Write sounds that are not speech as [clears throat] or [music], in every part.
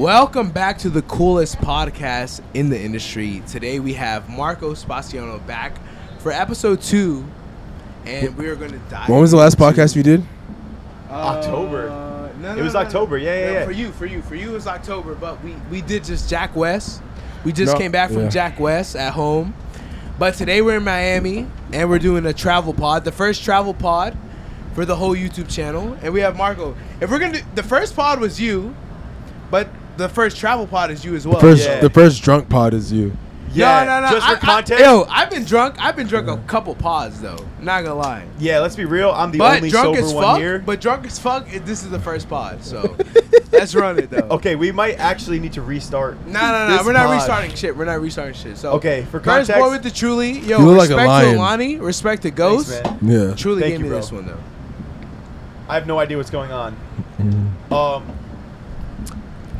Welcome back to the coolest podcast in the industry. Today we have Marco Spaciano back for episode two, and we are going to dive. When was the last into- podcast you did? October. Uh, no, It no, was no, no. October. Yeah, yeah, No, yeah. For you, for you, for you, it was October. But we we did just Jack West. We just No, came back from yeah. Jack West at home, but today we're in Miami and we're doing a travel pod, the first travel pod for the whole YouTube channel. And we have Marco. If we're gonna, do, the first pod was you, but the first travel pod is you as well. First, Oh, yeah. the first drunk pod is you. Yeah, no, no, no. Just I- for context. I, yo, I've been drunk. I've been drunk a couple pods though. Not gonna lie. yeah, let's be real. I'm the But only drunk sober as one fuck. here. But drunk as fuck. it- This is the first pod, [laughs] so let's run it though. okay, we might actually need to restart. No, no, no. this We're not pod. restarting shit. We're not restarting shit. So Okay, for first context- boy with the truly. Yo, You look like a respect lion. to Lonnie. Respect to Ghost. Thanks, man. Yeah. Truly Thank gave you, me bro. this one though. I have no idea what's going on. Um.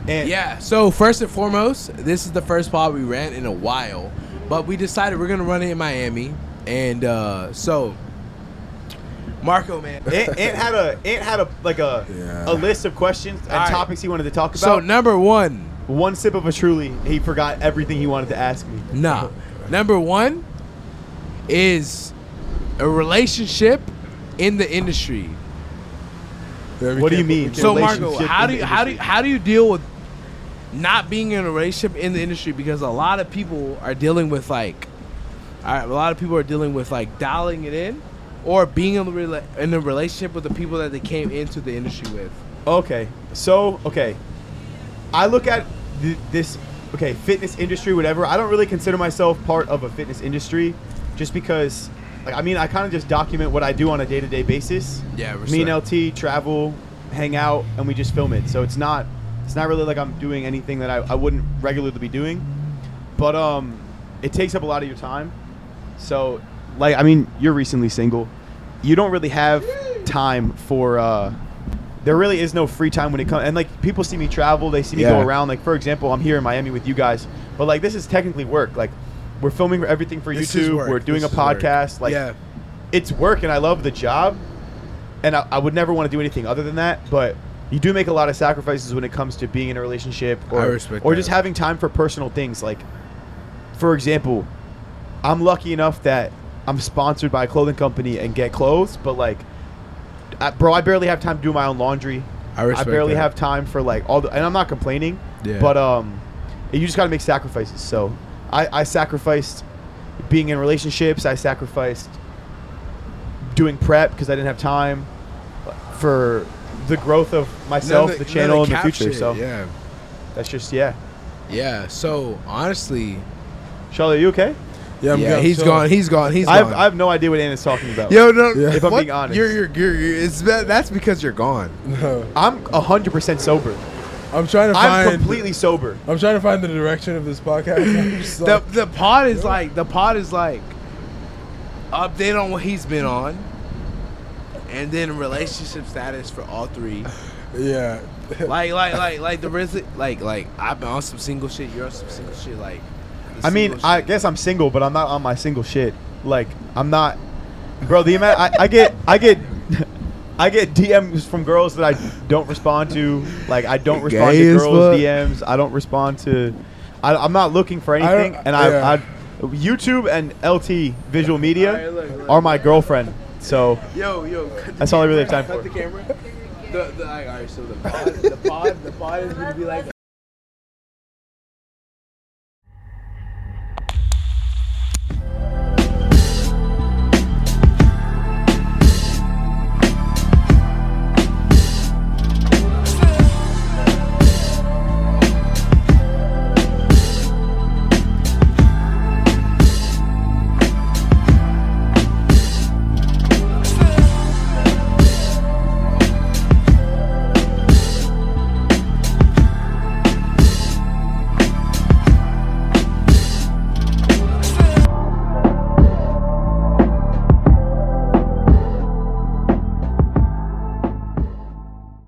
And Yeah. So first and foremost, this is the first pod we ran in a while, but we decided we're gonna run it in Miami, and uh, so Marco, man. Ant, Ant had a Ant had a like a Yeah. a list of questions and All right. topics he wanted to talk about. So number one, one sip of a truly, he forgot everything he wanted to ask me. Nah. Number one is a relationship in the industry. Yeah, we What do you can't- mean? we can't- So Marco, Relationship how in do you the how do you, industry. how do you deal with not being in a relationship in the industry? Because a lot of people are dealing with like, all right, a lot of people are dealing with like dialing it in, or being in a, rela- in a relationship with the people that they came into the industry with. Okay. So, okay. I look at th- this, okay, fitness industry, whatever. I don't really consider myself part of a fitness industry just because, like, I mean, I kind of just document what I do on a day to day basis. Yeah, we're Me set. and LT travel, hang out, and we just film it. So it's not, it's not really like I'm doing anything that I, I wouldn't regularly be doing. But, um, it takes up a lot of your time. So, like, I mean, you're recently single. You don't really have time for. Uh, there really is no free time when it comes. And like, people see me travel. They see me Yeah. go around. Like, for example, I'm here in Miami with you guys. But like, this is technically work. Like, we're filming everything for This is YouTube. work. We're doing This a is work. podcast. Like, yeah, it's work, and I love the job. And I, I would never want to do anything other than that. But you do make a lot of sacrifices when it comes to being in a relationship, or I respect or that. just having time for personal things. Like, for example, I'm lucky enough that I'm sponsored by a clothing company and get clothes, but like, I, bro, I barely have time to do my own laundry. I respect barely that. have time for like all the, and I'm not complaining. Yeah. But um, you just gotta make sacrifices. So I, I sacrificed being in relationships. I sacrificed doing prep because I didn't have time for the growth of myself, None of none the of channel, and the cap future. shit, So yeah, that's just yeah. yeah. So honestly, Charlotte, are you okay? Yeah, I'm yeah, good. he's So- gone. [laughs] He's gone. He's I have, gone. I have no idea what Ann is talking about. Yo, no. Yeah. If I'm being honest. you're, you're, you're, you're- it's that, that's because you're [laughs] gone. I'm 100% sober. I'm trying to I'm find. completely sober. I'm trying to find the direction of this podcast. [laughs] I'm just The like- the pod is like the pod is like update on what he's been on, and then relationship status for all [laughs] three. yeah. Like like like like the res- like like I've been on some single shit. You're on some single shit. Like the I mean, single I shit. guess I'm single, but I'm not on my single shit. Like, I'm not, bro. The amount I, I get, I get, [laughs] I get DMs from girls that I don't respond to. Like, I don't respond Gay to as girls' fuck. DMs. I don't respond to. I, I'm not looking for don't- anything, and I, yeah. I, YouTube and LT Visual Media Alright, look, look. are my girlfriend. So yo yo. cut the That's all I really have camera, time Cut for. the camera. The, the, all right, all right, so the pod, the pod, the pod is gonna be like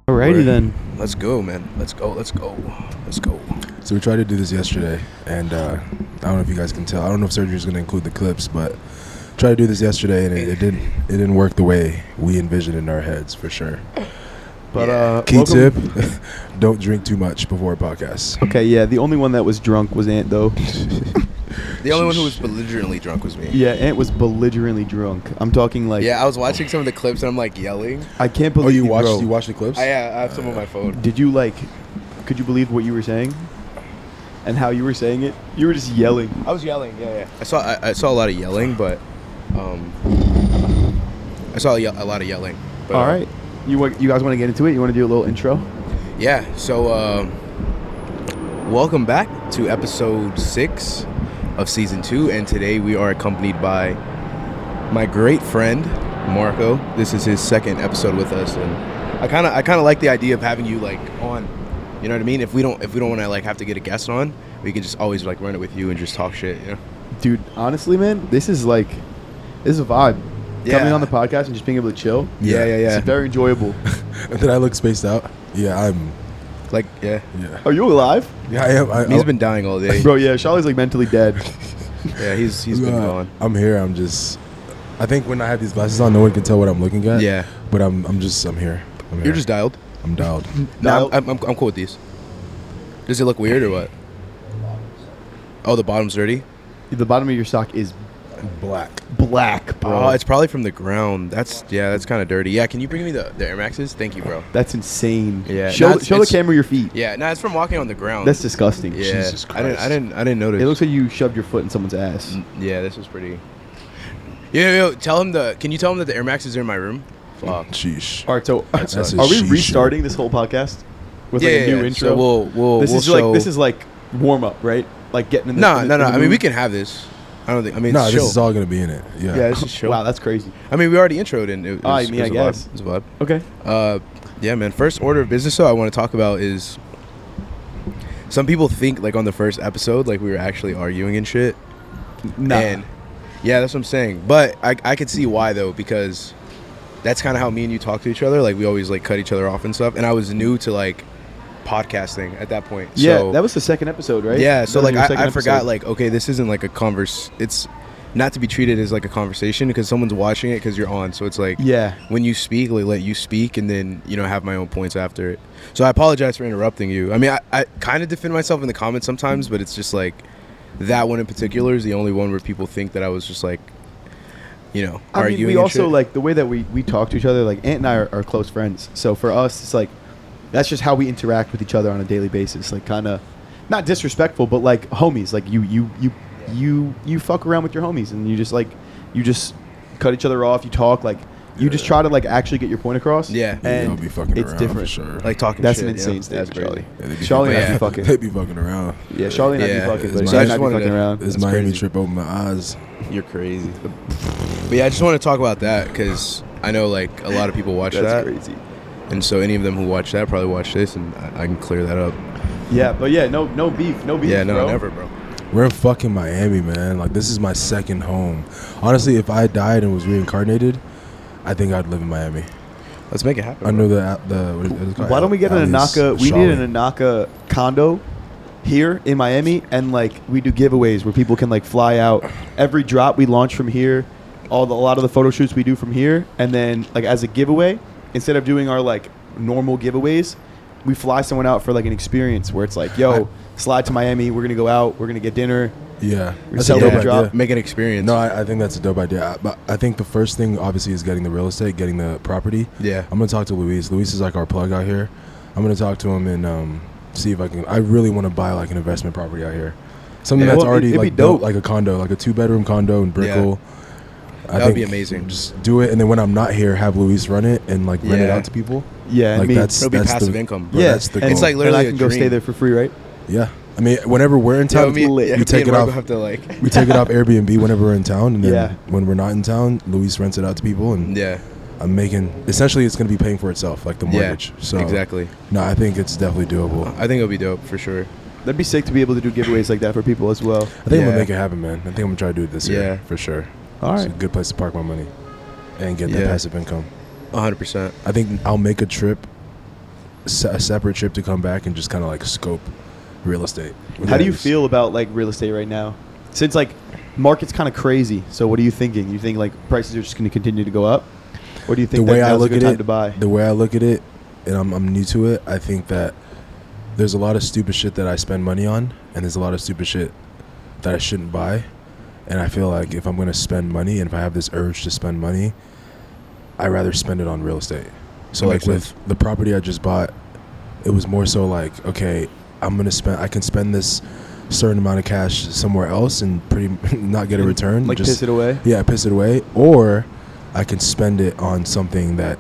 alrighty then. Let's go, man. Let's go. Let's go. Let's go. So we tried to do this yesterday, and uh, I don't know if you guys can tell. I don't know if surgery is going to include the clips, but tried to do this yesterday, and it, it didn't. It didn't work the way we envisioned in our heads for sure. But uh, Key welcome- tip: [laughs] don't drink too much before a podcast. [laughs] Okay, yeah. The only one that was drunk was [laughs] Ant, though. The only one who was belligerently drunk was me. Yeah, Ant was belligerently drunk. I'm talking like Yeah, I was watching some of the clips and I'm like yelling. I can't believe Oh, you bro. watched? You watched the clips? I, yeah, I have some on my phone. Did you like? Could you believe what you were saying? And how you were saying it? You were just yelling. I was yelling. Yeah, yeah. I saw I, I saw a lot of yelling, but um, I saw a, ye- a lot of yelling. But, All uh, right. You wa- you guys want to get into it? You want to do a little intro? Yeah. So, um, welcome back to episode six of season two, and today we are accompanied by my great friend Marco. This is his second episode with us, and I kind of I kind of like the idea of having you like on. You know what I mean? If we don't if we don't want to like have to get a guest on, we can just always like run it with you and just talk shit. You know? Dude, honestly, man, this is like, this is a vibe. Yeah. Coming on the podcast and just being able to chill. Yeah, yeah, yeah. It's [laughs] very enjoyable. [laughs] Did I look spaced out? Yeah, I'm. Like yeah. Yeah, Are you alive, yeah, I am. Oh. I, oh, He's I- been dying all [laughs] day. bro? Yeah, Charlie's like mentally dead. Yeah, he's he's been uh, gone. I'm here. I'm just. I think when I have these glasses on, no one can tell what I'm looking at. Yeah. But I'm. I'm just. I'm here. I'm here. You're just dialed. I'm dialed. [laughs] No, I'm, I'm, I'm cool with these. Does it look weird or what? Oh, the bottom's dirty. the bottom of your sock is Black. black, bro. Oh, it's probably from the ground. That's yeah, that's kind of dirty. Yeah, can you bring me the, the Air Maxes? Thank you, bro. That's insane. Yeah, Show, that's- show the it's- camera your feet. Yeah, no, it's from walking on the ground. That's disgusting. yeah. Jesus I didn't, I Christ. didn't, I didn't notice. Mm, It looks like you shoved your foot in someone's ass. yeah, this was pretty. Yo, yo, yo, tell him the. Can you tell him that the Air Maxes are in my room? Fuck. Oh, Sheesh. All right, so [laughs] That's a are we she restarting this whole podcast with like yeah, a yeah, new yeah. intro? So we'll, we'll, this we'll is like this show- is like warm up, right? Like getting in the No, in no, the- no. in the I mean, we mood. can have this. I don't think. I mean, No, it's this chill. is all gonna be in it. Yeah, Yeah. [laughs] this is chill. Wow, that's crazy. I mean, we already introed and it. it Ah, I was- mean, it was I a vibe. guess. It was a vibe. Okay, Uh, yeah, man. First order of business though I want to talk about is some people think like on the first episode like we were actually arguing and shit. nah. Um, And yeah, that's what I'm saying. But I I could see why though because that's kind of how me and you talk to each other. Like we always like cut each other off and stuff. And I was new to like podcasting at that point. yeah, so, that was the second episode, right? yeah. So That was like your I, second I forgot episode. like okay this isn't like a converse. It's not to be treated as like a conversation because someone's watching it because you're on. So it's like yeah. when you speak, like let you speak, and then you know have my own points after it. So I apologize for interrupting you. I mean, I, I kind of defend myself in the comments sometimes, but it's just like that one in particular is the only one where people think that I was just like, you know, I mean, arguing. we and also shit. like the way that we we talk to each other. Like Ant and I are, are close friends, so for us, it's like that's just how we interact with each other on a daily basis. Like kind of not disrespectful, but like homies. Like you you you you you fuck around with your homies, and you just like you just cut each other off. You talk like you just try to like actually get your point across. Yeah. Yeah, and They'll be fucking it's around for different. sure. like talking. That's shit, an you know? insane statement, That's Charlie. Yeah, they be Charlie and I Yeah. be fucking. [laughs] They be fucking around. Yeah, Charlie and Yeah, I be fucking. it's But my- Charlie I and I just be wanted fucking to- around. This That's Miami crazy. trip opened my eyes. You're crazy. but yeah, I just want to talk about that because I know like a lot of people watch That's that, crazy. and so any of them who watch that probably watch this, and I, I can clear that up. Yeah, but yeah, no, no beef, no beef. yeah, no, bro. never, bro. We're in fucking Miami, man. Like this is my second home. Honestly, if I died and was reincarnated, I think I'd live in Miami. Let's make it happen. I bro. know the the. What is, what is it called? Why don't we get an Ali's Anaka? We need Charlotte. an Anaka condo here in Miami, and like we do giveaways where people can like fly out. Every drop we launch from here, all the, a lot of the photo shoots we do from here, and then like as a giveaway, instead of doing our like normal giveaways, we fly someone out for like an experience where it's like, yo, slide to Miami. We're gonna go out. We're gonna get dinner. Yeah, that's sell a dope the drop. idea. Make an experience. No, I, I think that's a dope idea. I, but I think the first thing, obviously, is getting the real estate, getting the property. Yeah. I'm gonna talk to Luis. Luis is like our plug out here. I'm gonna talk to him and um, see if I can. I really want to buy like an investment property out here, something Yeah. that's Well, already it'd be like built, dope. like a condo, like a two bedroom condo in Brickell. I That would be think amazing. Just do it, and then when I'm not here, have Luis run it and like rent it Yeah. out to people. Yeah, like I mean, It'll be that's passive the, income, bro. bro, yeah, that's the and, It's goal. like and I literally can a go stay dream. there for free, right? yeah. I mean, whenever we're in Yeah, town, me- lit. yeah, we me take and it Marco off. Have to like, we take it off Airbnb whenever we're in town, and then Yeah. when we're not in town, Luis rents it out to people, and yeah, I'm making essentially it's going to be paying for itself, like the Yeah, mortgage. so exactly. No, I think it's definitely doable. I think it'll be dope for sure. That'd be sick to be able to do giveaways like that for people as well. I think I'm Yeah. gonna make it happen, man. I think I'm gonna try to do it this Yeah. year for sure. All It's right. a good place to park my money and get that Yeah. passive income. 100. percent I think I'll make a trip, se- a separate trip to come back and just kind of like scope real estate. How do you feel about like real estate right now? Since like market's kind of crazy, so what are you thinking? You think like prices are just going to continue to go up, or do you think the way that I now's look a good at time it? to buy? The way I look at it, and I'm, I'm new to it, I think that there's a lot of stupid shit that I spend money on, and there's a lot of stupid shit that I shouldn't buy. And I feel like if I'm going to spend money, and if I have this urge to spend money, I rather spend it on real estate. So That like makes with the property I just bought, it was more so like, okay, I'm going to spend, I can spend this certain amount of cash somewhere else and pretty [laughs] not get a return. like piss it away. Yeah, I piss it away, or I can spend it on something that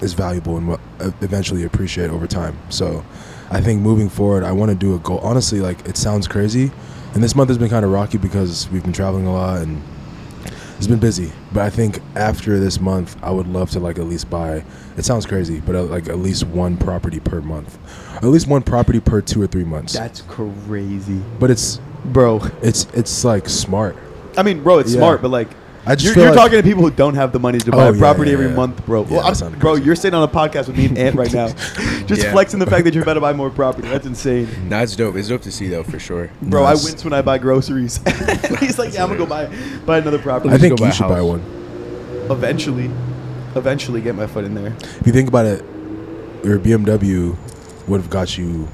is valuable and will eventually appreciate over time. So, I think moving forward, I want to do a goal. Honestly, like it sounds crazy, and this month has been kind of rocky because we've been traveling a lot and it's been busy. But I think after this month, I would love to like at least buy. It sounds crazy, but uh, like at least one property per month, at least one property per two or three months. That's crazy, but it's bro. it's it's like smart. I mean, bro, it's Yeah. smart, but like. I just you're feel you're like- talking to people who don't have the money to buy Oh, a yeah, property yeah, every yeah. month, bro. Yeah, Well, that I'm, sounded bro, crazy. you're sitting on a podcast with me and [laughs] Ant right now, just Yeah. flexing the fact that you're about to buy more property. That's insane, Nah, it's dope. It's dope to see though for sure. bro. Nice. I wince when I buy groceries. [laughs] He's like, yeah, I'm gonna go buy buy another property. I just think go buy you a should buy house. one. eventually, eventually get my foot in there. If you think about it, your BMW would have got you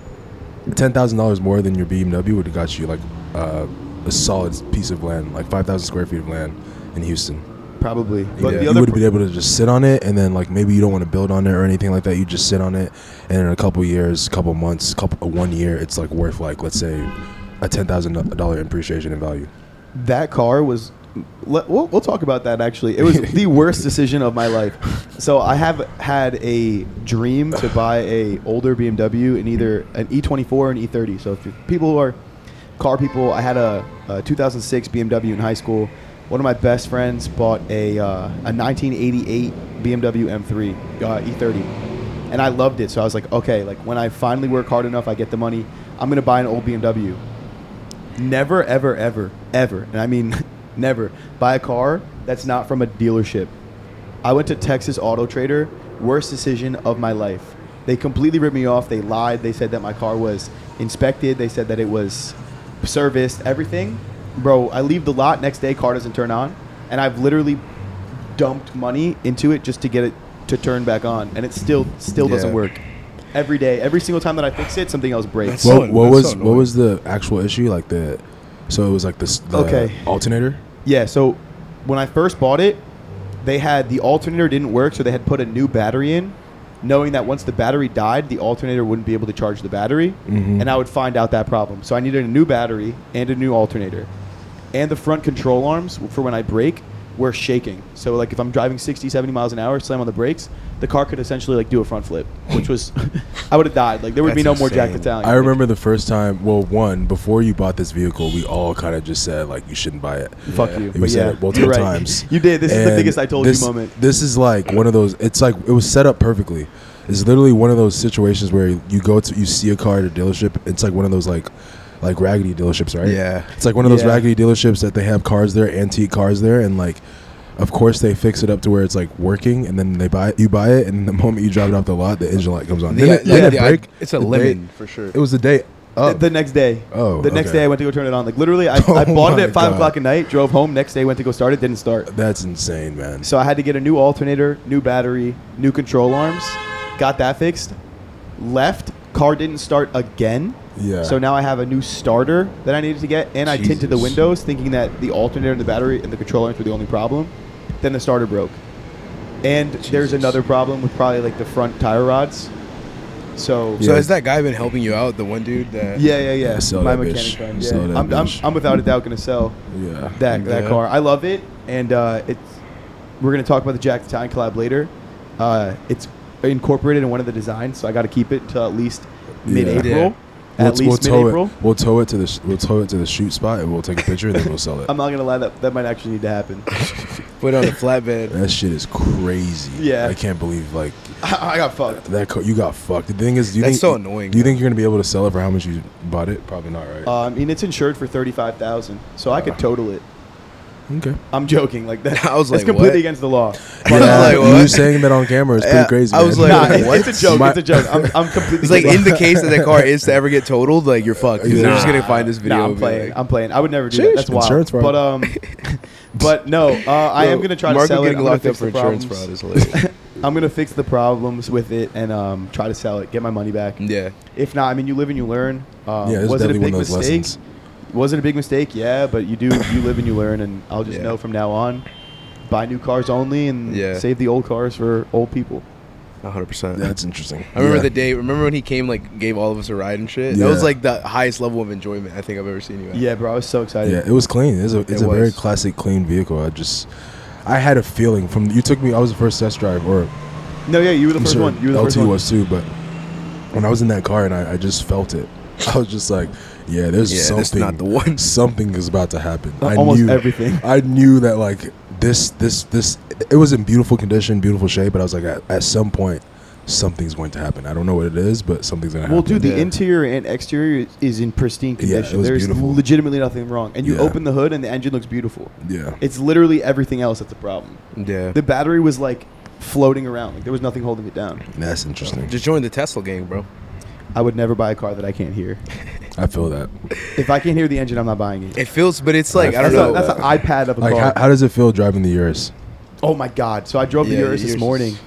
ten thousand dollars more than your BMW would have got you like uh, a solid piece of land, like five thousand square feet of land in Houston. Probably. But Yeah. the you other would have been able to just sit on it, and then like maybe you don't want to build on it or anything like that. You just sit on it, and in a couple years, couple months, couple uh, one year, it's like worth like let's say a ten thousand dollar appreciation in value. that car was let, we'll, we'll talk about that actually it was the worst decision of my life so i have had a dream to buy a older bmw and either an e24 or an e30 so if you're people who are car people i had a, a 2006 bmw in high school one of my best friends bought a, uh, a 1988 bmw m3 uh, e30 and I loved it. So I was like, okay, like when I finally work hard enough, I get the money. I'm gonna buy an old BMW. Never, ever, ever, ever, and I mean [laughs] never, buy a car that's not from a dealership. I went to Texas Auto Trader. Worst decision of my life. They completely ripped me off. They lied. They said that my car was inspected. They said that it was serviced. Everything, bro. I leave the lot next day. Car doesn't turn on, and I've literally dumped money into it just to get it to turn back on, and it still still doesn't Yeah. work. Every day, every single time that I fix it, something else breaks. That's so what anno- what that's was so what was the actual issue? Like the so it was like this the Okay. alternator. Yeah, so when I first bought it, they had the alternator didn't work, so they had put a new battery in, knowing that once the battery died, the alternator wouldn't be able to charge the battery, Mhm. and I would find out that problem. So I needed a new battery and a new alternator. And the front control arms for when I brake were shaking. So like if I'm driving 60, 70 miles an hour, slam on the brakes, the car could essentially like do a front flip, which was [laughs] I would have died. Like there would be no That's more Jack insane. Italian. I remember the first time. Well, one before you bought this vehicle, we all kind of just said like you shouldn't buy it. Fuck you. We But said yeah, [laughs] it multiple you're right. times. You did. This is the And biggest I told you this- moment. This is like one of those. It's like it was set up perfectly. It's literally one of those situations where you go to you see a car at a dealership. It's like one of those like like raggedy dealerships, right? Yeah. It's like one of those Yeah. raggedy dealerships that they have cars there, antique cars there, and like. Of course, they fix it up to where it's like working, and then they buy it, you buy it, and the [laughs] moment you drive it off the lot, the engine light comes on. Then Yeah, it- then yeah, it yeah, break, it's a the day- lemon for sure. It was the day. Oh, The next day. Oh, The next okay. day I went to go turn it on. Like literally, I, I [laughs] Oh bought it my at five God. o'clock at night. Drove home. Next day went to go start it. Didn't start. That's insane, man. So I had to get a new alternator, new battery, new control arms. Got that fixed. Left. Car didn't start again. Yeah. So now I have a new starter that I needed to get, and I tinted the Jesus. windows, thinking that the alternator and the battery and the control arms were the only problem. Then the starter broke. And there's Jesus. another problem with probably like the front tire rods. So So Yeah. has that guy been helping you out? The one dude that yeah, yeah, yeah. Yeah, sell My that mechanic bitch. friend. Sell Yeah. that I'm, I'm, bitch. I'm without a doubt gonna sell yeah, that that Yeah. car. I love it, and uh, it's we're gonna talk about the Jack the Italian collab later. Uh, it's incorporated in one of the designs, so I got to keep it until at least Yeah. mid-April. We'll- At we'll least tow mid-April. it. We'll tow it to the sh- we'll tow it to the shoot spot, and we'll take a picture, and then we'll sell it. [laughs] I'm not gonna lie, that that might actually need [laughs] to happen. put on a flatbed. that shit is crazy. Yeah. I can't believe like I, I got fucked. that. Co- you got fucked. The thing is, do you That's think, so annoying, Do you man. think you're gonna be able to sell it for how much you bought it? Probably not, right? Uh, I mean, it's insured for thirty-five thousand, so I could total it. okay. [laughs] I'm joking, like that. I was that's like, completely what? against the law. uh, I Yeah, was like, uh, you what? saying that on [laughs] camera is pretty Yeah, crazy. I was man. like, [laughs] Nah, it- what? it's a joke. My- it's a joke. I'm, [laughs] I'm completely. It's like against in the case that that car [laughs] is to ever get totaled, like you're fucked. 'cause They're just Nah. gonna find this video. Nah, I'm and be playing. like- I'm playing. I would never do Sheesh, that. That's wild. insurance fraud. [laughs] But um, but no, uh, I am Yo, gonna try to Marco sell it. getting I'm gonna locked up fix for the insurance problems. fraud is hilarious. I'm gonna fix the problems with it and um, try to sell it, get my money back. Yeah. If not, I mean, you live and you learn. Um, Yeah, this is was it a definitely big one of those mistake? lessons. Was it a big mistake? Yeah, but you do you live and you learn, and I'll just Yeah. know from now on, buy new cars only and Yeah. save the old cars for old people. 100%. That's interesting. I remember Yeah. the day. Remember when he came, like, gave all of us a ride and shit. That Yeah. was like the highest level of enjoyment I think I've ever seen you at. Yeah, bro, I was so excited. Yeah, it was clean. It's a It it's a very was. classic clean vehicle. I just I had a feeling from you took me. I was the first test drive, or No, yeah, you were the I'm first sure one. You were the LT first one. was too. But when I was in that car and I, I just felt it, [laughs] I was just like, yeah, there's Yeah, something. that's not the one. [laughs] Something is about to happen. Uh, I almost knew, everything. [laughs] I knew that like this this this. It was in beautiful condition, beautiful shape. But I was like, at, at some point, something's going to happen. I don't know what it is, but something's gonna Well, happen. dude, the Yeah. interior and exterior is in pristine Yeah, it condition. was There's beautiful. legitimately nothing wrong. And you Yeah. open the hood, and the engine looks beautiful. yeah, It's literally everything else that's a problem. Yeah. The battery was like floating around. Like there was nothing holding it down. that's [laughs] interesting. Just join the Tesla gang, bro. I would never buy a car that I can't hear. I feel that. If I can't hear the engine, I'm not [laughs] buying it. It feels, but it's like I that's don't A, know. Oh, that's an iPad of a Like, car. how, how does it feel driving the Urus? oh my god! So I drove Yeah, the the Urus this Urus morning, is-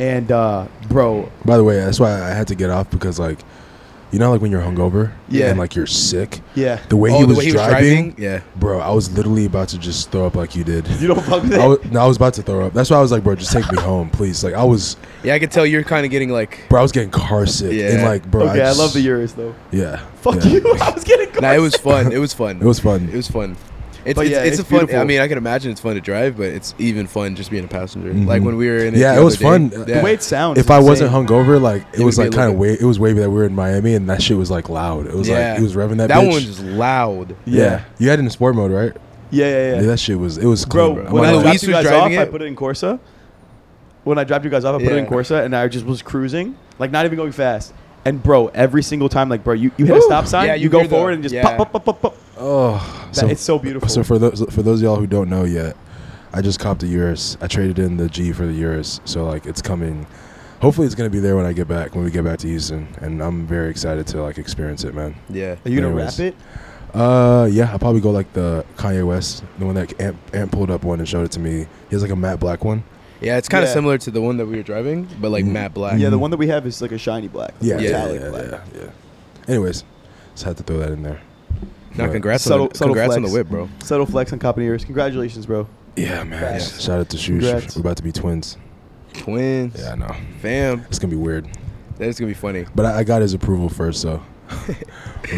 and uh, bro, By the way, that's why I had to get off because like, you know, like when you're hungover, Yeah. and like you're sick. yeah, The way, Oh, he, the was way he was driving, driving? Yeah. bro, I was literally about to just throw up like you did. [laughs] you don't fuck [laughs] with I it. was, no, I was about to throw up. That's why I was like, bro, just take [laughs] me home, please. Like I was, yeah, I could tell you're kind of getting like. bro, I was getting car sick, and Yeah. like, bro, Okay, I just- love the Urus though. Yeah, Fuck yeah. you! [laughs] I was getting. Nah, it was fun. It was fun. [laughs] It was fun. It was fun. It's, But it's, yeah, it's, a it's fun. I beautiful. mean, I can imagine it's fun to drive, but it's even fun just being a passenger. Mhm. Like when we were in. Yeah, the it was other day. fun. Yeah. The way it sounds. if is I wasn't insane. hungover, like it It was would be like kind of looking- wa- it was wavy that we were in Miami, and that shit was like loud. It was like Yeah. he was revving that. That bitch. one was loud. yeah. Yeah. You had it in sport mode, right? Yeah, yeah, yeah. Yeah, that shit was. It was bro, clean, bro. I'm when not I Luis lying. dropped you was guys off, driving I it. put it in Corsa. When I dropped you guys off, I put it in Yeah. Corsa, and I just was cruising, like not even going fast. And bro, every single time, like bro, you, you hit a Woo! stop sign, Yeah, you, you go hear the- forward and just yeah. pop, pop, pop, pop, pop. Oh, That- it's so beautiful. So for those for those of y'all who don't know yet, I just copped the Urus. I traded in the G for the Urus, so like it's coming. Hopefully, it's gonna be there when I get back when we get back to Houston, and I'm very excited to like experience it, man. Yeah. Are you gonna Anyways. wrap it? Uh, yeah, I'll probably go like the Kanye West, the one that Ant, Ant pulled up one and showed it to me. He has like a matte black one. Yeah, it's kind of Yeah. similar to the one that we were driving, but like Mhm. matte black. Yeah, the one that we have is like a shiny black, like Yeah, a yeah, yeah, metallic yeah, black. yeah, yeah. Anyways, just had to throw that in there. Now, But- congrats Subtle- on the, subtle congrats on the flex. whip, bro. Subtle flex on Coppin ears. Congratulations, bro. Yeah, man. Congrats. Shout out to Shush. Congrats. We're about to be twins. Twins. Yeah, I know. Fam, It's gonna be weird. that is gonna be funny. But I, I got his approval first, so [laughs] we're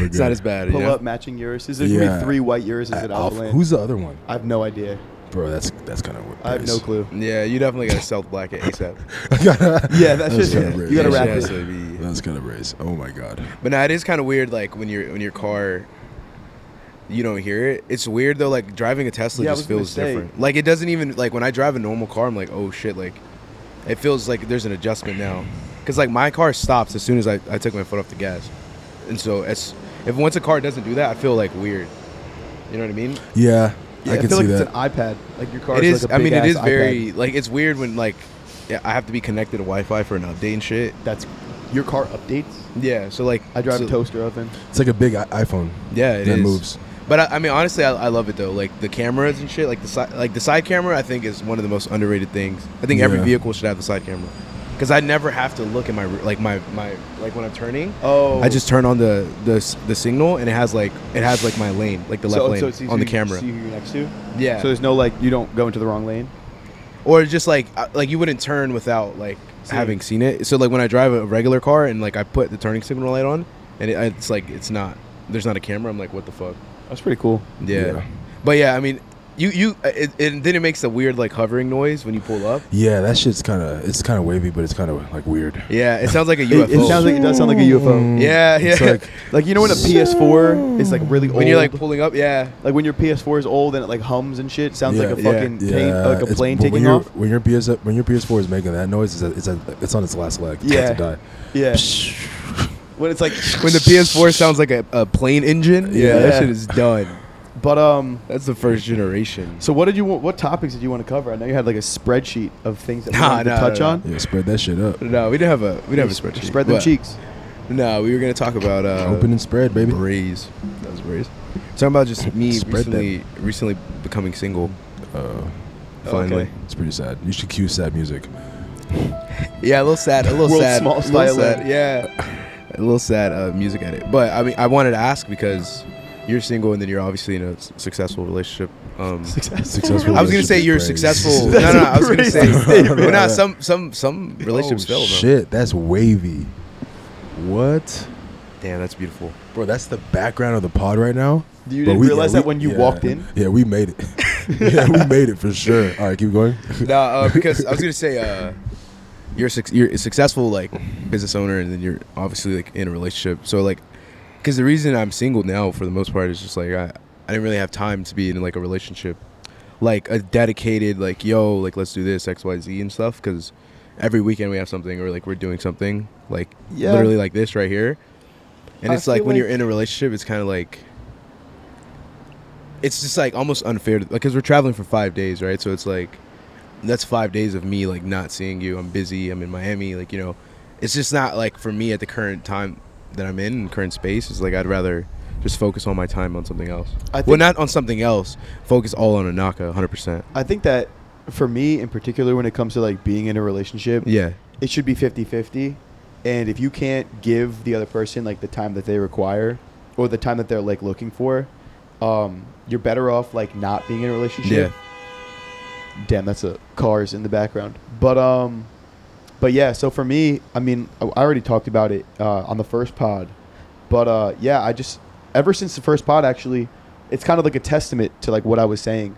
It's not good. as bad. Pull you know? up matching Urus. Is there gonna Yeah. be three white Uruses At at Alpha- Alpha Land? Who's the other one, I have no idea. bro? That's that's kind of weird. I have [laughs] no clue. Yeah, you definitely gotta self black it ASAP. [laughs] Yeah, that's just- kind you of gotta wrap it. That's gonna be- That's kind of race. Oh my god. But now it is kind of weird, like when you're when your car, you don't hear it. It's weird though. Like driving a Tesla Yeah, I just was gonna feels say. different. Like it doesn't even like when I drive a normal car, I'm like, oh shit, like it feels like there's an adjustment now. Cause like my car stops as soon as I, I take my foot off the gas, and so as if once a car doesn't do that, I feel like weird. You know what I mean? Yeah, Yeah, I can feel see like that. it's an iPad. Like your car. It is. Like a I mean, it big-ass is very iPad. like it's weird when like yeah, I have to be connected to Wi-Fi for an update and shit. That's your car updates. Yeah. So like I drive so- a toaster oven. it's like a big i- iPhone. Yeah, it is. that moves. But I, I mean, honestly, I, I love it though. Like the cameras and shit. Like the side, like the side camera, I think is one of the most underrated things. I think every Yeah. vehicle should have the side camera, because I never have to look at my re- like my my like when I'm turning. Oh, I just turn on the, the s- the signal and it has like it has like my lane, like the left so, lane so it's easy on the to camera. See who you're next to. Yeah. So there's no like you don't go into the wrong lane. or just like I- like you wouldn't turn without like Seeing. having seen it. So like when I drive a regular car and like I put the turning signal light on and it, it's like it's not there's not a camera. I'm like, what the fuck. That's pretty cool. Yeah. Yeah. But yeah, I mean, you you uh, it, it then it makes a weird like hovering noise when you pull up. Yeah, that shit's kind of it's kind of wavy, but it's kind of like weird. Yeah, it sounds like a [laughs] It, UFO. it sounds like it does sound like a UFO. Mm. yeah, yeah. It's like Like you know when a PS4 is like really old. [laughs] when you're like pulling up, yeah. like when your PS4 is old and it like hums and shit. Sounds like a Yeah. fucking yeah, [laughs] plane, like a it's- plane but when taking your- off. When your PS when your PS4 is making that noise, it's a, it's, a, it's on its last leg. It's Yeah. about to die. Yeah. When it's like When the PS4 sounds like a, a plane engine, yeah, Yeah. that shit is done. But um, That's the first generation. so what did you want? What topics did you want to cover? I know you had like a spreadsheet of things that we Nah, wanted to nah, touch nah. on. Yeah, spread that shit up. No, we didn't have a we didn't have a spreadsheet. Spread them but- cheeks. No, we were gonna talk about uh, Open and spread, baby. Braze. That was Braze. Talking about just me Spread that. recently recently becoming single. Uh, Finally, okay. it's pretty sad. You should cue sad music. yeah, a little sad. A little World's sad. smallest a little violin. sad. Yeah, a little sad uh, music edit. But I mean, I wanted to ask because you're single and then you're obviously in a s- successful relationship. Um, Successful. Successful I was gonna say relationship you're is [laughs] successful. crazy. No, no, no, I was gonna say, That's a crazy but not statement. some some some relationships Oh, fail. Bro. Shit, that's wavy. What? Damn, that's beautiful. Bro, that's the background of the pod right now. You But didn't we- realize yeah, that we- when you yeah. walked in. Yeah, we made it. [laughs] [laughs] yeah, we made it for sure. All right, keep going. [laughs] No, uh, because I was gonna say uh, you're suc you're a successful like business owner, and then you're obviously like in a relationship. So like, because the reason I'm single now for the most part is just like I I didn't really have time to be in like a relationship, like a dedicated like yo like let's do this X Y Z and stuff. Because every weekend we have something or like we're doing something like Yeah. literally like this right here, and I it's like feel when you're like- in a relationship, it's kind of like it's just like almost unfair to, because we're traveling for five days, right? So it's like that's five days of me like not seeing you. I'm busy. I'm in Miami. Like you know, it's just not like for me at the current time that I'm in, in current space. It's like I'd rather just focus all my time on something else. I well, think- not on something else. Focus all on Anaka, 100. percent I think that for me in particular, when it comes to like being in a relationship, Yeah, it should be 50 50. And if you can't give the other person like the time that they require or the time that they're like looking for, um, you're better off like not being in a relationship. Damn, that's a cars in the background. But um, but yeah. So for me, I mean, I I already talked about it uh, on the first pod, but uh, yeah, I just ever since the first pod actually, it's kind of like a testament to like what I was saying.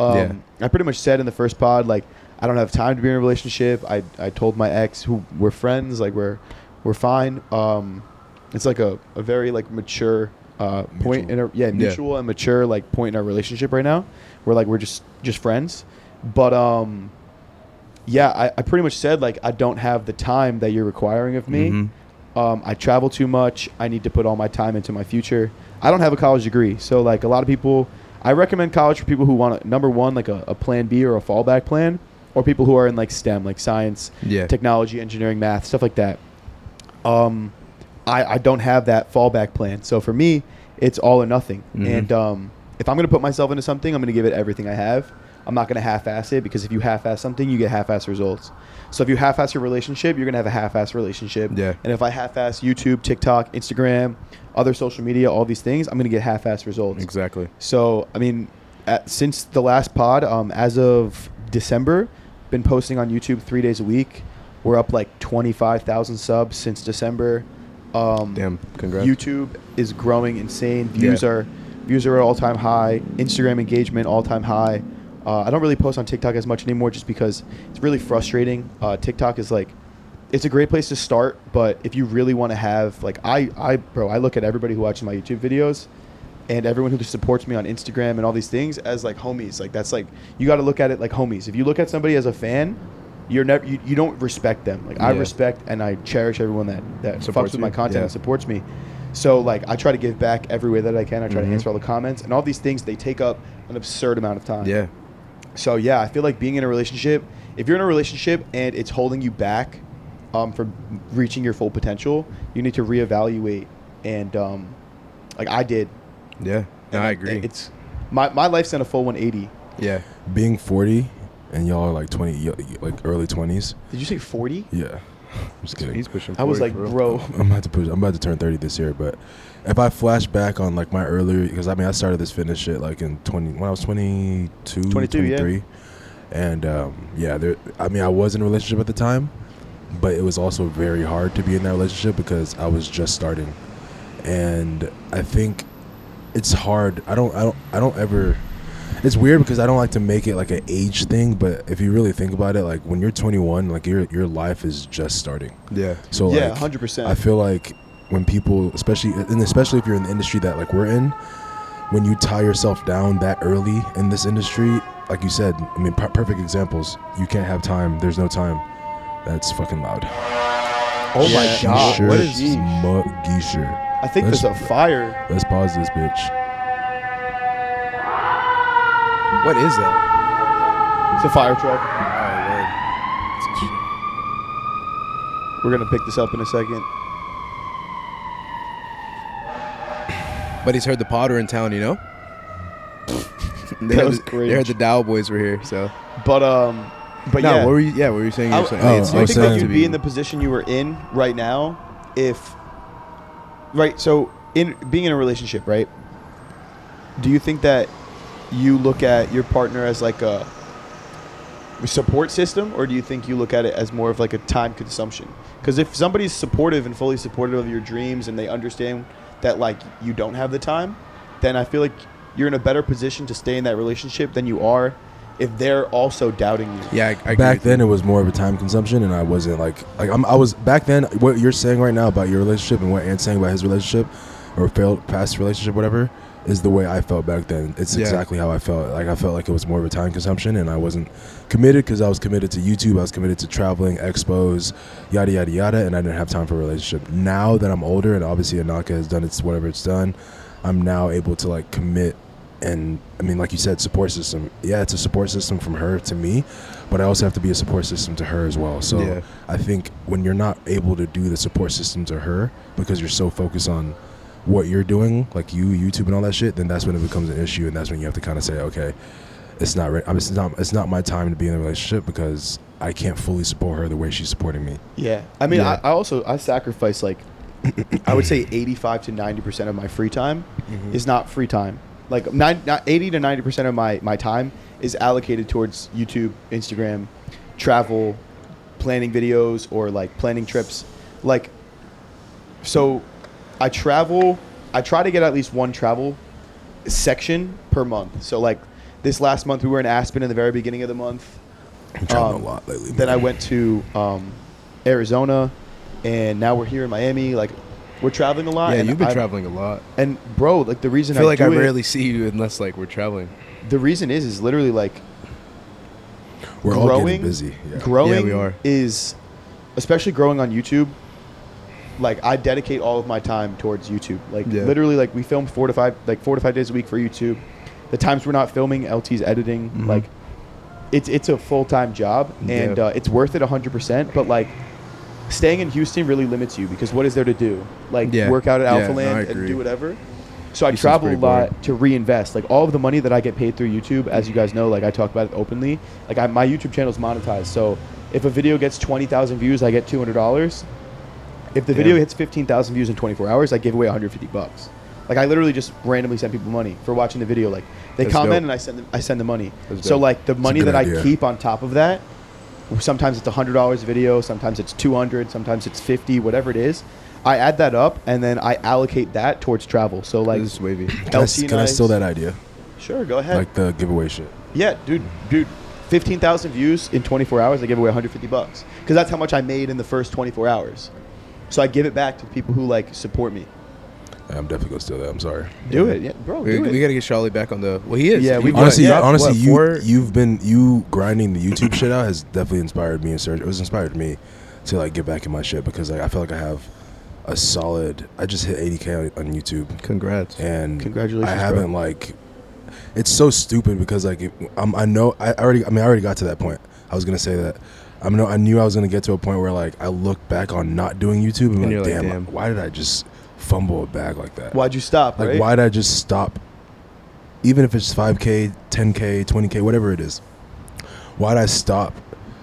Um, Yeah. I pretty much said in the first pod like I don't have time to be in a relationship. I I told my ex who we're friends like we're we're fine. Um, it's like a, a very like mature uh, point in Mutual. a yeah mutual and mature like point in our relationship right now. We're like we're just just friends, but um, yeah, I, I pretty much said like I don't have the time that you're requiring of me. Mhm. Um, I travel too much. I need to put all my time into my future. I don't have a college degree, so like a lot of people, I recommend college for people who want a, number one like a, a plan B or a fallback plan, or people who are in like STEM, like science, Yeah. technology, engineering, math, stuff like that. Um, I, I don't have that fallback plan. So for me, it's all or nothing. Mhm. And um, if I'm going to put myself into something, I'm going to give it everything I have. I'm not going to half-ass it because if you half-ass something, you get half-ass results. So if you half-ass your relationship, you're going to have a half-ass relationship. Yeah. And if I half-ass YouTube, TikTok, Instagram, other social media, all these things, I'm going to get half-ass results. exactly. So I mean, at, since the last pod, um, as of December, been posting on YouTube three days a week. We're up like twenty five thousand subs since December. Um, Damn, congrats. YouTube is growing insane. Views Yeah. are views are all time high. Instagram engagement all time high. Uh, I don't really post on TikTok as much anymore, just because it's really frustrating. Uh, TikTok is like, it's a great place to start, but if you really want to have like, I I bro, I look at everybody who watches my YouTube videos, and everyone who supports me on Instagram and all these things as like homies. Like that's like you got to look at it like homies. If you look at somebody as a fan. You're never you, you don't respect them. Like I Yeah. respect and I cherish everyone that that Supports fucks with you? my content Yeah. and supports me. So like I try to give back every way that I can. I try Mhm. to answer all the comments and all these things. They take up an absurd amount of time. Yeah, So yeah, I feel like being in a relationship. If you're in a relationship and it's holding you back um, from reaching your full potential, you need to reevaluate. And um, like I did, yeah. No, And I it- agree. It's my my life's in a full 180. yeah. Being 40 and y'all are like 20, y- like early 20s. Did you say 40? Yeah. I'm just kidding. He's pushing. I was 40 like, for real. bro. I'm about to push. I'm about to turn 30 this year, but if I flash back on like my earlier, because I mean I started this fitness shit like in 20 when I was 22, 22, yeah. 23, and um, yeah, there. I mean I was in a relationship at the time, but it was also very hard to be in that relationship because I was just starting, and I think it's hard. I don't. I don't. I don't ever. It's weird because I don't like to make it like an age thing, but if you really think about it, like when you're 21, like your your life is just starting. Yeah. So yeah, like, 100. percent I feel like when people, especially and especially if you're in the industry that like we're in, when you tie yourself down that early in this industry, like you said, I mean, per- perfect examples. You can't have time. There's no time. That's fucking loud. Oh my Geezer. God, what is- Mu- geezer. I think there's a That's- fire. Let's pause this bitch. What is that? It's a fire truck. Oh, We're gonna pick this up in a second. Lord. But he's heard the Potter in town, you [laughs] know. they That heard was the- cringe. They heard the Dow boys were here, so But um, But no, yeah, what were you? Yeah, what were you saying? I, You're w- saying Oh, it's I I like was saying- think that supposed to you'd be, be in the position you were in right now if, right? So, in being in a relationship, right? Do you think that you look at your partner as like a support system, or do you think you look at it as more of like a time consumption? Because if somebody's supportive and fully supportive of your dreams, and they understand that like you don't have the time, then I feel like you're in a better position to stay in that relationship than you are if they're also doubting you. Yeah, I, I agree back with you. then it was more of a time consumption and i wasn't like like I'm, i was back then what you're saying right now about your relationship and what Ant's saying about his relationship or failed past relationship whatever is the way i felt back then it's Yeah. exactly how i felt like i felt like it was more of a time consumption and i wasn't committed because i was committed to youtube i was committed to traveling expos yada yada yada and i didn't have time for a relationship now that i'm older and obviously anaka has done its whatever it's done i'm now able to like commit and I mean, like you said, support system. Yeah, it's a support system from her to me, but I also have to be a support system to her as well. So Yeah. I think when you're not able to do the support system to her because you're so focused on what you're doing, like you YouTube and all that shit, then that's when it becomes an issue, and that's when you have to kind of say, okay, it's not right. I mean, it's not it's not my time to be in a relationship because I can't fully support her the way she's supporting me. Yeah, I mean, Yeah. I, I also I sacrifice like I would say eighty-five to ninety percent of my free time is not free time. Like nine, not eighty to ninety percent of my my time is allocated towards YouTube, Instagram, travel, planning videos, or like planning trips. Like, so I travel. I try to get at least one travel section per month. So like this last month we were in Aspen in the very beginning of the month. I'm traveling Um, a lot lately. Then I went to um, Arizona, and now we're here in Miami. Like, we're traveling a lot. Yeah, and you've been I- traveling a lot. And bro, like the reason I I, feel like do I it- rarely see you unless like we're traveling. the reason is is literally like We're all growing, getting busy. Yeah. Growing Yeah, we are. is, especially growing on YouTube. Like I dedicate all of my time towards YouTube. Like Yeah. literally, like we film four to five, like four to five days a week for YouTube. The times we're not filming, LT's editing. Like, it's it's a full time job, and Mm-hmm. Yeah. uh, it's worth it hundred percent. But like, staying in Houston really limits you because what is there to do? Like Yeah. work out at Yeah, Alpha no, I Land and agree. do whatever. So I Houston's travel a pretty lot boring. to reinvest. Like all of the money that I get paid through YouTube, as you guys know, like I talk about it openly. Like I, my YouTube channel is monetized, so if a video gets twenty thousand views, I get two hundred dollars. If the video Damn. hits fifteen thousand views in twenty four hours, I give away one hundred fifty bucks. Like I literally just randomly send people money for watching the video. Like they That's comment dope. and I send them, I send the money. That's So dope. like the money good that I idea. keep on top of that sometimes it's $100 a video sometimes it's 200 sometimes it's 50 whatever it is i add that up and then i allocate that towards travel so like this is [laughs] wavy. Can I, LT can I nights- steal that idea? sure go ahead Like the giveaway shit. yeah dude dude 15000 views in 24 hours i give away 150 bucks because that's how much i made in the first 24 hours so i give it back to people who like support me I'm definitely gonna steal that. I'm sorry. do it yeah bro We, do it we gotta get Charlie back on the. Well, he is. Yeah, He we- was- Honestly, Yeah. honestly, What, you four- you've been you grinding the YouTube shit out has definitely inspired me and Serge. It was inspired me to like get back in my shit because like I feel like I have a solid. I just hit 80k on, on YouTube Congrats. and Congratulations, I bro. haven't like. It's so stupid because like it, I'm, I know I already. I mean, I already got to that point. I was gonna say that. I know I knew I was gonna get to a point where like I look back on not doing YouTube And and, like, you're like, damn, damn. why did I just fumble a bag like that? why'd you stop Like, right? why'd I just stop? Even if it's 5K, 10K, 20K, whatever it is, why'd I stop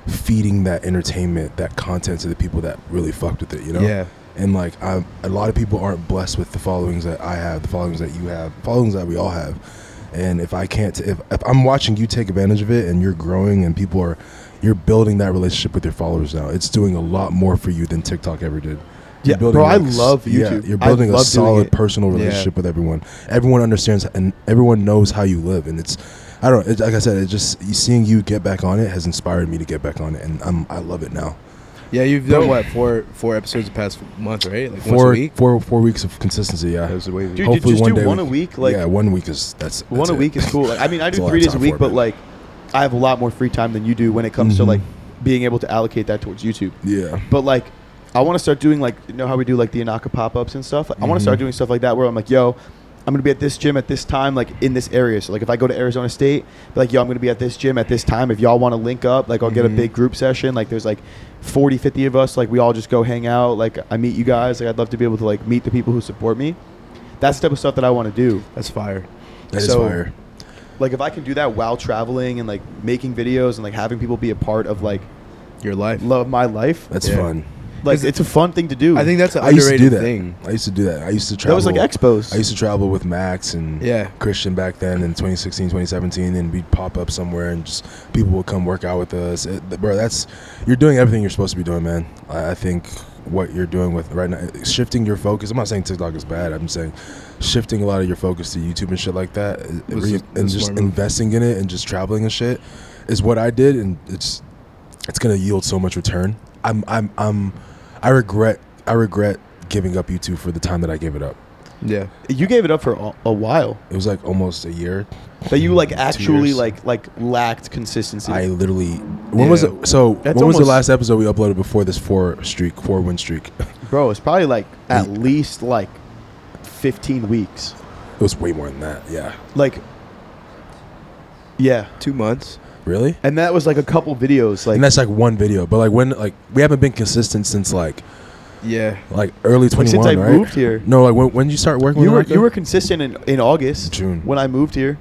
feeding that entertainment, that content to the people that really fucked with it, you know? Yeah. And like, I, a lot of people aren't blessed with the followings that I have, the followings that you have, followings that we all have. And if I can't, if, if I'm watching you take advantage of it and you're growing and people are, you're building that relationship with your followers now. It's doing a lot more for you than TikTok ever did. You're Yeah, bro, I s- love Yeah, YouTube. you're I building a love doing solid it. personal Yeah. relationship with everyone. Everyone understands and everyone knows how you live, and it's. I don't. It, like I said, it just seeing you get back on it has inspired me to get back on it, and I'm I love it now. Yeah, you've done what four four episodes the past month, right? Like Four, once a week. four, four weeks of consistency. Yeah, That was wavy. Dude, just do one a week, like- yeah, one week is that's, that's one a it. week is cool. Like, I mean, I That's a do lot three of days a time week, for it, but man. like, I have a lot more free time than you do when it comes to Mhm. like being able to allocate that towards YouTube. [laughs] yeah, But like, I want to start doing like, you know how we do like the Anaka pop ups and stuff. I want to Mhm. start Mm-hmm. doing stuff like that where I'm like, yo, I'm gonna be at this gym at this time, like in this area. So like, if I go to Arizona State, be like, yo, I'm gonna be at this gym at this time. If y'all want to link up, like, I'll get a Mhm. big group session. Like, there's like 40, 50 of us. Like, we all just go hang out. Like, I meet you guys. Like, I'd love to be able to like meet the people who support me. That's the type of stuff that I want to do. That's fire. that is So- fire. like if I can do that while traveling and like making videos and like having people be a part of like your life. love my life, That's Yeah. fun. like it's a fun thing to do. I think that's an I used to do underrated that. thing. I used to do that. I used to travel. that was like expos. I used to travel with Max and Yeah. Christian back then in 2016, 2017, and we'd pop up somewhere and just people would come work out with us. It, bro, that's you're doing everything you're supposed to be doing, man. I, I think what you're doing with right now, shifting your focus. I'm not saying TikTok is bad. I'm saying shifting a lot of your focus to YouTube and shit like that, it- it Was re- a- was a and just smart move. investing in it and just traveling and shit is what I did, and it's it's gonna yield so much return. I'm I'm I'm I regret I regret giving up YouTube for the time that I gave it up. Yeah. you gave it up for a, a while, It was like almost a year. but you like Two actually years. like like lacked consistency. I literally. When was Yeah. it? So That's when was the almost- last episode we uploaded before this four streak, four win streak? [laughs] It Bro, it's probably like at Yeah. least like 15 weeks. was way more than that. Yeah. Like, yeah. Two months. Really? And that was like a couple videos. Like, And that's like one video, but like when like we haven't been consistent since like Yeah. like early like twenty one. since I right? moved here, No, like when, when did you start working? you were with America? you were consistent in, in August. June. When I moved here,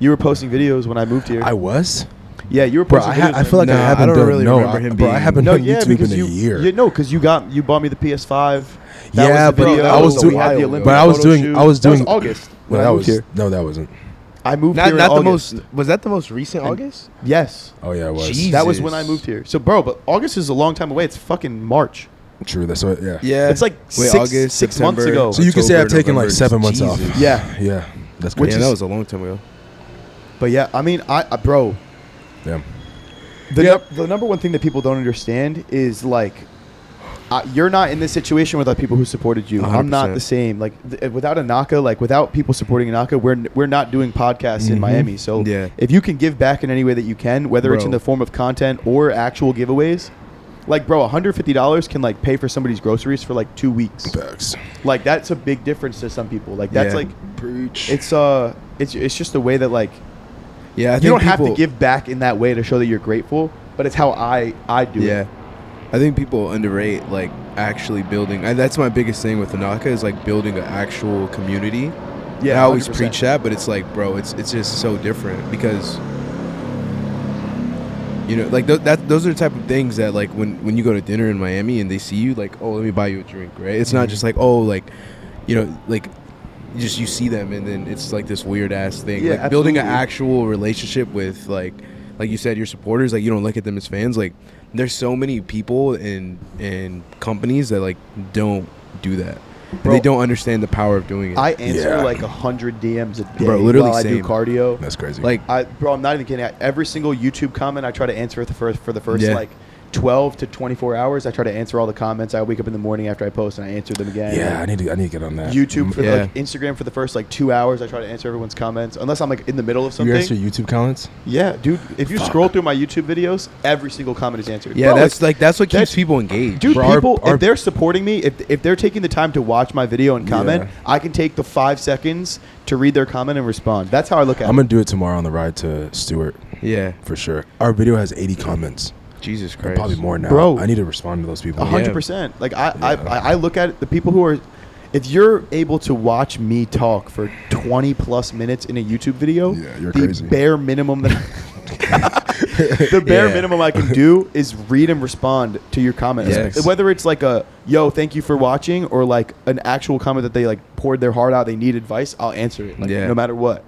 you were posting videos when I moved here. I was. yeah, you were Bro, posting. I, ha- videos I feel like Nah, I haven't I don't done really no. remember I, him bro, I being- haven't no, done yeah, YouTube in because a you, year. you no, because you got you bought me the PS5. That yeah, was the but video. I was So we doing. had the Olympic but I was photo doing. shoot. I was That doing. August. No, when I that moved was. here. No, that wasn't. I moved Not here. not in the August. most. Was that the most recent August? Yes, Oh yeah, it was. Jeez. that was when I Jesus. moved here. So, bro, but August is a long time away. It's fucking March. True. That's what. Yeah. Yeah. It's like six- six months ago. So you could say I've taken, like, seven months off. Jesus. Yeah, Yeah. That's Which good. yeah, is- that was a long time ago. but yeah, I mean, I, I bro, yeah. The, nu- the number one thing that people don't understand is like, uh, you're not in this situation without people who supported you. i am not 100%. the same. Like th- uh, without Anaka, like without people supporting Anaka, we're n- we're not doing podcasts in Mhm. Miami. So Mm-hmm. Yeah. if you can give back in any way that you can, whether it's Bro. in the form of content or actual giveaways, like bro, 150 dollars can like pay for somebody's groceries for like two weeks. Facts. Like that's a big difference to some people. Like that's Yeah. like Preach. it's uh it's it's just a way that like Yeah, I think you don't have people, to give back in that way to show that you're grateful. But it's how I I do it. Yeah, I think people underrate like actually building. I, that's my biggest thing with Anaka is like building an actual community. I always 100%. preach that, but it's like, bro, it's it's just so different because you know, like th- that. Those are the type of things that like when when you go to dinner in Miami and they see you, like, oh, let me buy you a drink, right? It's not just like, oh, like, you know, like. you Just you see them, and then it's like this weird ass thing. Yeah, like building an absolutely. actual relationship with, like, like you said, your supporters. Like you don't look at them as fans. Like there's so many people and and companies that like don't do that. and Bro. they don't understand the power of doing it. I answer Yeah. like a hundred DMs a day. Bro, literally while I do same. cardio. That's crazy. like I bro, I'm not even kidding. I, every single YouTube comment I try to answer for the first for the first Yeah. like twelve to twenty four hours. I try to answer all the comments. I wake up in the morning after I post and I answer them again. yeah, I Like, need to. I need to get on that. YouTube for Mm, Yeah. like Instagram for the first like two hours. I try to answer everyone's comments unless I'm like in the middle of You something. guys your YouTube comments? yeah, dude. If you scroll through my YouTube videos, every single comment is answered. Yeah, Bro, that's like that's what keeps that's- people engaged. Dude, Bro, our- people, our- if they're supporting me, if, if they're taking the time to watch my video and comment, Yeah. I can take the five seconds to read their comment and respond. That's how I look at I'm it. gonna do it tomorrow on the ride to Stewart yeah, for sure. Our video has 80 comments, Jesus and Christ, probably more now. Bro. I need to respond to those people. A hundred Yeah. percent. Like I, I, Yeah. I, I look at it, the people who are, if you're able to watch me talk for 20 plus minutes in a YouTube video, Yeah, you're the crazy. bare minimum that. the bare Yeah. minimum I can do is read and respond to your comment. Yes. Whether it's like a yo, thank you for watching, or like an actual comment that they like poured their heart out, they need advice, I'll answer it. Like, Yeah. no matter what.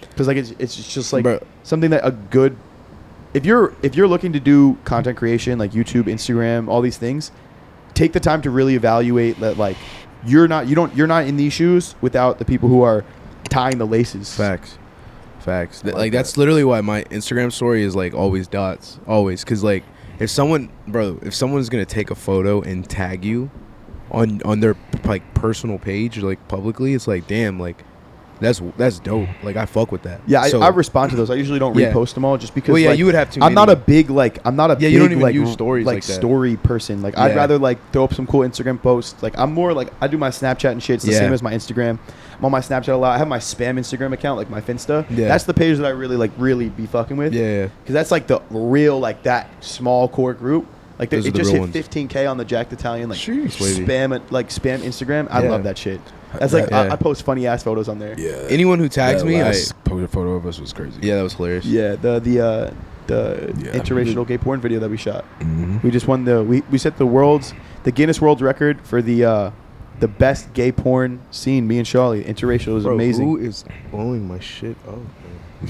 Because like it's it's just like Bro. something that a good if you're if you're looking to do content creation like YouTube, Instagram, all these things, take the time to really evaluate that like you're not you don't you're not in these shoes without the people who are tying the laces. facts, facts. Th- like like that's literally why my Instagram story is like always dots, always because like if someone, bro, if someone's gonna take a photo and tag you on on their like personal page, like publicly, it's like damn, like that's that's dope. Like I fuck with that. Yeah, So- I, I respond to those. I usually don't Yeah. repost them all just because. Well, yeah, like, you would have too I'm not a many. big like. I'm not a Yeah, big you don't even like use r- stories like, like that. story person. Like I'd Yeah. rather like throw up some cool Instagram posts. Like I'm more like I do my Snapchat and shit. It's the Yeah. same as my Instagram. I'm on my Snapchat a lot. I have my spam Instagram account, like my Finsta. Yeah. That's the page that I really like really be fucking with. yeah, Because that's like the real like that small core group. Like they, Those are it the just real hit ones. 15k on the Jacked Italian like Sheesh. spam like spam Instagram. I Yeah. love that shit. That's like That- I, I post funny ass photos on there. Yeah. Anyone who tags that me, I, last po- photo of us was crazy. yeah, that was hilarious. Yeah, the the uh, the Yeah. interracial gay porn video that we shot. Mhm. We just won the we, we set the world's the Guinness World Record for the uh, the best gay porn scene. Me and Charlie interracial is Bro, Who amazing. is blowing my shit up?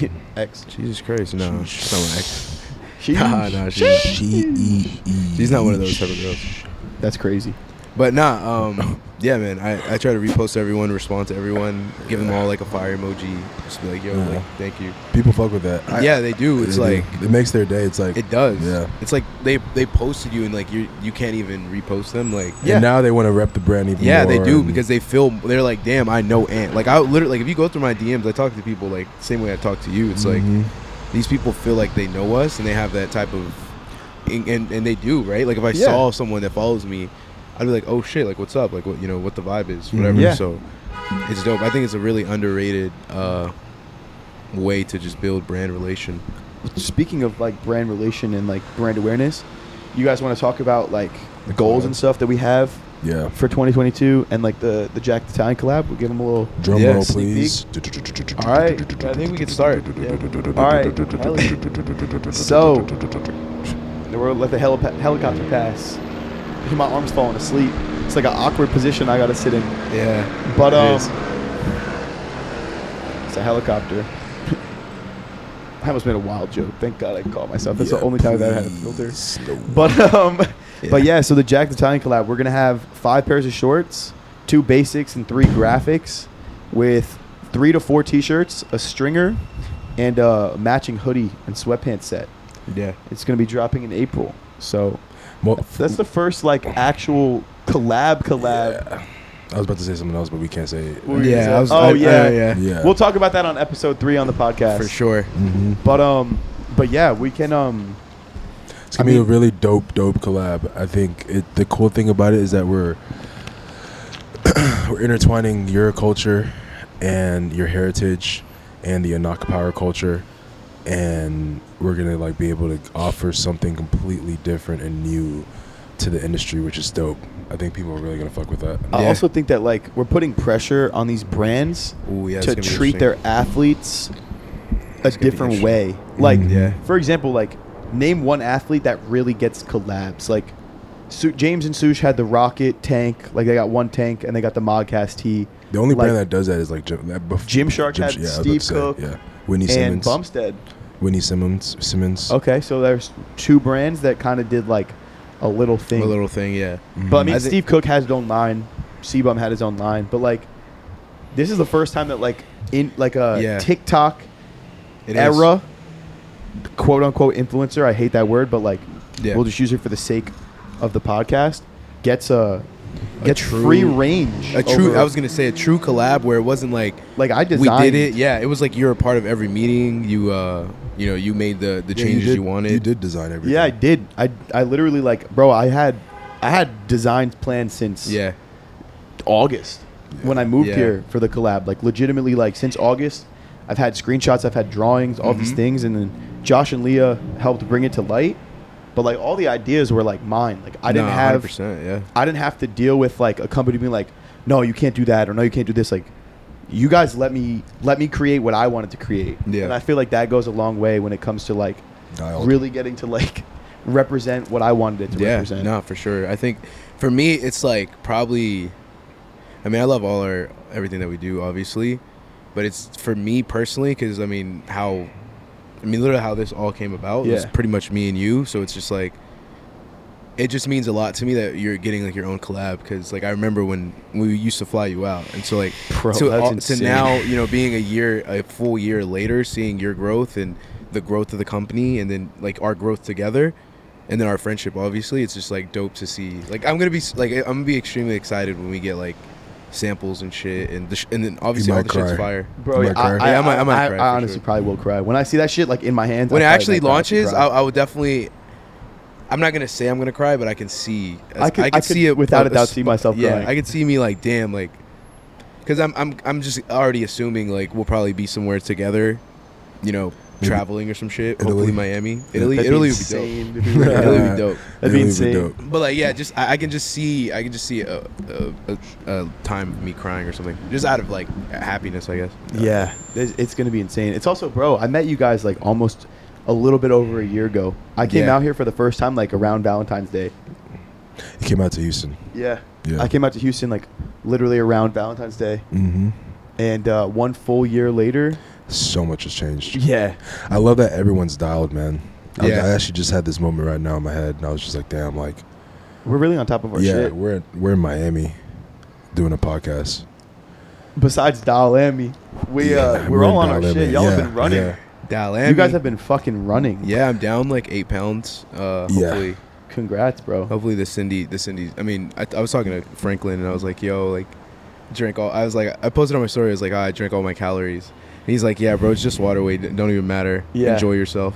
man? [laughs] X. Jesus Christ, no, she's not my ex. [laughs] She, Nah, nah, she's, G-E-E. she's not one of those type of girls. That's crazy. But nah, um, yeah, man. I, I try to repost to everyone, respond to everyone, give them all like a fire emoji, just be like, yo, Yeah. like, thank you. People fuck with that. I- yeah, they do. It's they like do. it makes their day. It's like it does. Yeah. It's like they they posted you and like you you can't even repost them. Like And now they want to rep the brand even yeah, they more do and- because they feel they're like, damn, I know Ant. Like I literally like if you go through my DMs, I talk to people like same way I talk to you. It's Mhm. like these people feel like they know us and they have that type of and and, and they do right. Like if I Yeah. saw someone that follows me, I'd be like, oh shit, like what's up? Like what you know what the vibe is, whatever. Mhm. Yeah. So it's dope. I think it's a really underrated uh, way to just build brand relation. Speaking of like brand relation and like brand awareness, you guys want to talk about like the goals and stuff that we have yeah. for 2022 and like the the Jack the Italian collab. We'll give them a little. Drum Yeah, roll, sneak please. All right. I think we could start. All right. Hell yeah. so, the world let the heli- helicopter pass. [laughs] My arm's falling asleep. It's like an awkward position I gotta sit in. Yeah. But It um, is. it's a helicopter. [laughs] I almost made a wild joke. Thank God I caught myself. That's Yeah, the only time that I had [laughs] a filter. please. No. But um, Yeah. but yeah. So the Jack the Italian collab, we're gonna have five pairs of shorts, two basics, and three graphics, with three to four t-shirts, a stringer, and a matching hoodie and sweatpants set. Yeah. It's gonna be dropping in April. So Well, that's the first like actual collab collab. I was about to say something else, but we can't say it. What were you Yeah, gonna say? I was- oh I- yeah. yeah, yeah. Yeah. We'll talk about that on episode three on the podcast For sure. Mhm. But um, but yeah, we can um. It's gonna I be a mean- really dope, dope collab. I think it, the cool thing about it is that we're [clears throat] we're intertwining your culture and your heritage and the Anaka power culture, and we're gonna like be able to offer something completely different and new to the industry, which is dope. I think people are really gonna fuck with that. I Yeah. also think that like we're putting pressure on these brands Ooh, yeah, it's to gonna be treat interesting. their athletes a It's gonna be different interesting. Mm, way. Like, Yeah. Mm-hmm. for example, like name one athlete that really gets collabs. Like, Su- James and Sush had the Rocket tank. Like they got one tank, and they got the Modcast tee. The only brand that Like- does that is like Jim. That bef- Gymshark had I was about Steve to say, Cook yeah, Whitney and Simmons, Bumstead. Whitney Simmons, Simmons. Okay, so there's two brands that kind of did like a little thing. A little thing, yeah. But I mean, I thi- Steve Cook has his own line. Sebum had his own line. But like, this is the first time that like in like a Yeah. TikTok It is. era, quote unquote influencer. I hate that word, but like, Yeah. we'll just use it for the sake of the podcast. Gets a, gets true- free range. A true. over- I was gonna say a true collab where it wasn't like like I we designed. did it. Yeah, it was like you were a part of every meeting. You uh, you know, you made the the Yeah, changes you, did, wanted. You did design everything. Yeah, I did. I I literally like, bro. I had I had designs planned since Yeah, August when I moved Yeah. here for the collab. Like legitimately, like since August, I've had screenshots, I've had drawings, all Mm-hmm. these things, and then Josh and Leah helped bring it to light. But like all the ideas were like mine. Like I didn't Nah, have, 100%, yeah, I didn't have to deal with like a company being like, no, you can't do that, or no, you can't do this. Like you guys let me let me create what I wanted to create. Yeah. and I feel like that goes a long way when it comes to like Dialed. [laughs] really getting to like [laughs] represent what I wanted it to yeah. represent. No, for sure. I think for me, it's like probably. I mean, I love all our everything that we do, obviously, but it's for me personally because I mean, how, I mean, literally how this all came about was Yeah. pretty much me and you. So it's just like. It just means a lot to me that you're getting like your own collab because like I remember when we used to fly you out and so like Bro, to, that's all- to insane. now you know being a year a full year later seeing your growth and the growth of the company and then like our growth together and then our friendship obviously it's just like dope to see like i'm gonna be s- like i'm gonna be extremely excited when we get like samples and shit and the sh- and then obviously all might the shit's cry. fire Bro, You yeah, might I, cry. I, Yeah, I might- I might I- cry I for honestly sure. probably will cry when I see that shit like in my hands. when it I probably actually might cry. launches Cry. I, I would definitely i'm not gonna say i'm gonna cry but i can see I could- I could without a doubt see myself yeah crying. i could see me like damn like because I'm, I'm i'm just already assuming like we'll probably be somewhere together you know Maybe- traveling or some shit. Italy? Hopefully Miami, Italy. That'd Italy be would be dope. [laughs] insane if we were- Italy would be dope. That'd be Italy would insane. But like, yeah, just I, I can just see, I can just see a, a, a, a time of me crying or something, just out of like happiness, I guess. Yeah, it's, it's gonna be insane. It's also, bro, I met you guys like almost a little bit over a year ago. I came Yeah. out here for the first time like around Valentine's Day. He came out to Houston. Yeah. Yeah. I came out to Houston like literally around Valentine's Day, Mm-hmm. and uh, one full year later. So much has changed. Yeah. I love that everyone's dialed, man. I, was- Yeah. I actually just had this moment right now in my head, and I was just like, damn, like, We're really on top of our yeah, shit. we're we're in Miami doing a podcast. Besides Dial Amy, we uh, Yeah, we're, in all on our Dalhousie. shit. Y'all have Yeah, been running. yeah. Dalami. You guys have been fucking running. Yeah, I'm down like eight pounds. Uh, Yeah. hopefully, Congrats, bro. hopefully the Cindy, the Cindy. I mean, I, I was talking to Franklin and I was like, yo, like, drink all. I was like, I posted on my story. I was like, ah, I drank all my calories. And he's like, yeah, bro, it's just water weight. Don't even matter. Yeah. Enjoy yourself.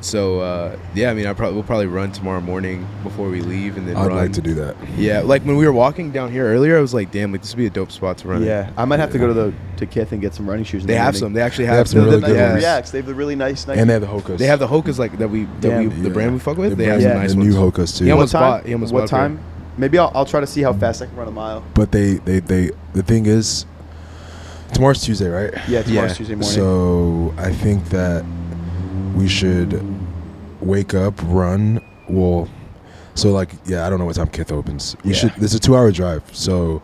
So uh, yeah, I mean, I probably we'll probably run tomorrow morning before we leave, and then I'd run. like to do that. Yeah, like when we were walking down here earlier, I was like, damn, like this would be a dope spot to run. in. Yeah, I might have to go to the to Kith and get some running shoes. in They the have morning. some. They actually They have, have some the- really the the- good nice yeah. ones. Reacts. They have the really nice Nike. And they have the Hokas. They have the Hokas like that we that we Damn. the brand we fuck with. The they have brand- some Yeah. nice the ones. new Hokas too. Yeah, what almost time? bought- he almost what bought time? Maybe I'll, I'll try to see how fast I can run a mile. but they, they they the thing is, tomorrow's Tuesday, right? Yeah, tomorrow's Yeah. Tuesday morning. So I think that we should wake up, run. Well, so like, yeah, I don't know what time Kith opens. We Yeah. should. It's a two-hour drive, so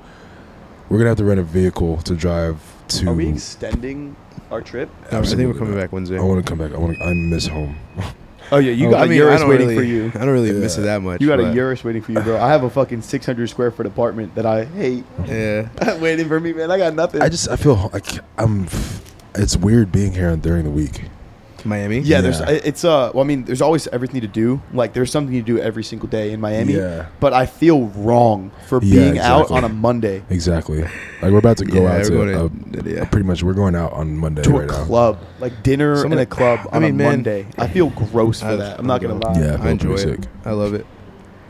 we're gonna have to rent a vehicle to drive to. Are we extending our trip? I think we're Absolutely coming not. back Wednesday. I want to come back. I want. to. I miss home. Oh yeah, you Oh, got a Urus don't waiting really- for [laughs] you. I don't really miss it Yeah. that much. You got a but- Urus waiting for you, bro. I have a fucking 600 square foot apartment that I hate [laughs] Yeah. waiting for me, man. I got nothing. I just. I feel. ho- I, ca- I'm. It's weird being here during the week. Miami. yeah, there's Yeah. it's uh well I mean there's always everything to do. Like there's something to do every single day in Miami. Yeah. But I feel wrong for Yeah, being out exactly. on a Monday Exactly. Like we're about to go Yeah, out we're to. going a- to- yeah. a- Pretty much, we're going out on Monday to a right now. club. Like dinner Some in of a the- club I on mean, a man, Monday. I feel gross for I- that. I'm not gonna lie. Yeah, I feel I enjoy pretty it. sick. I love it.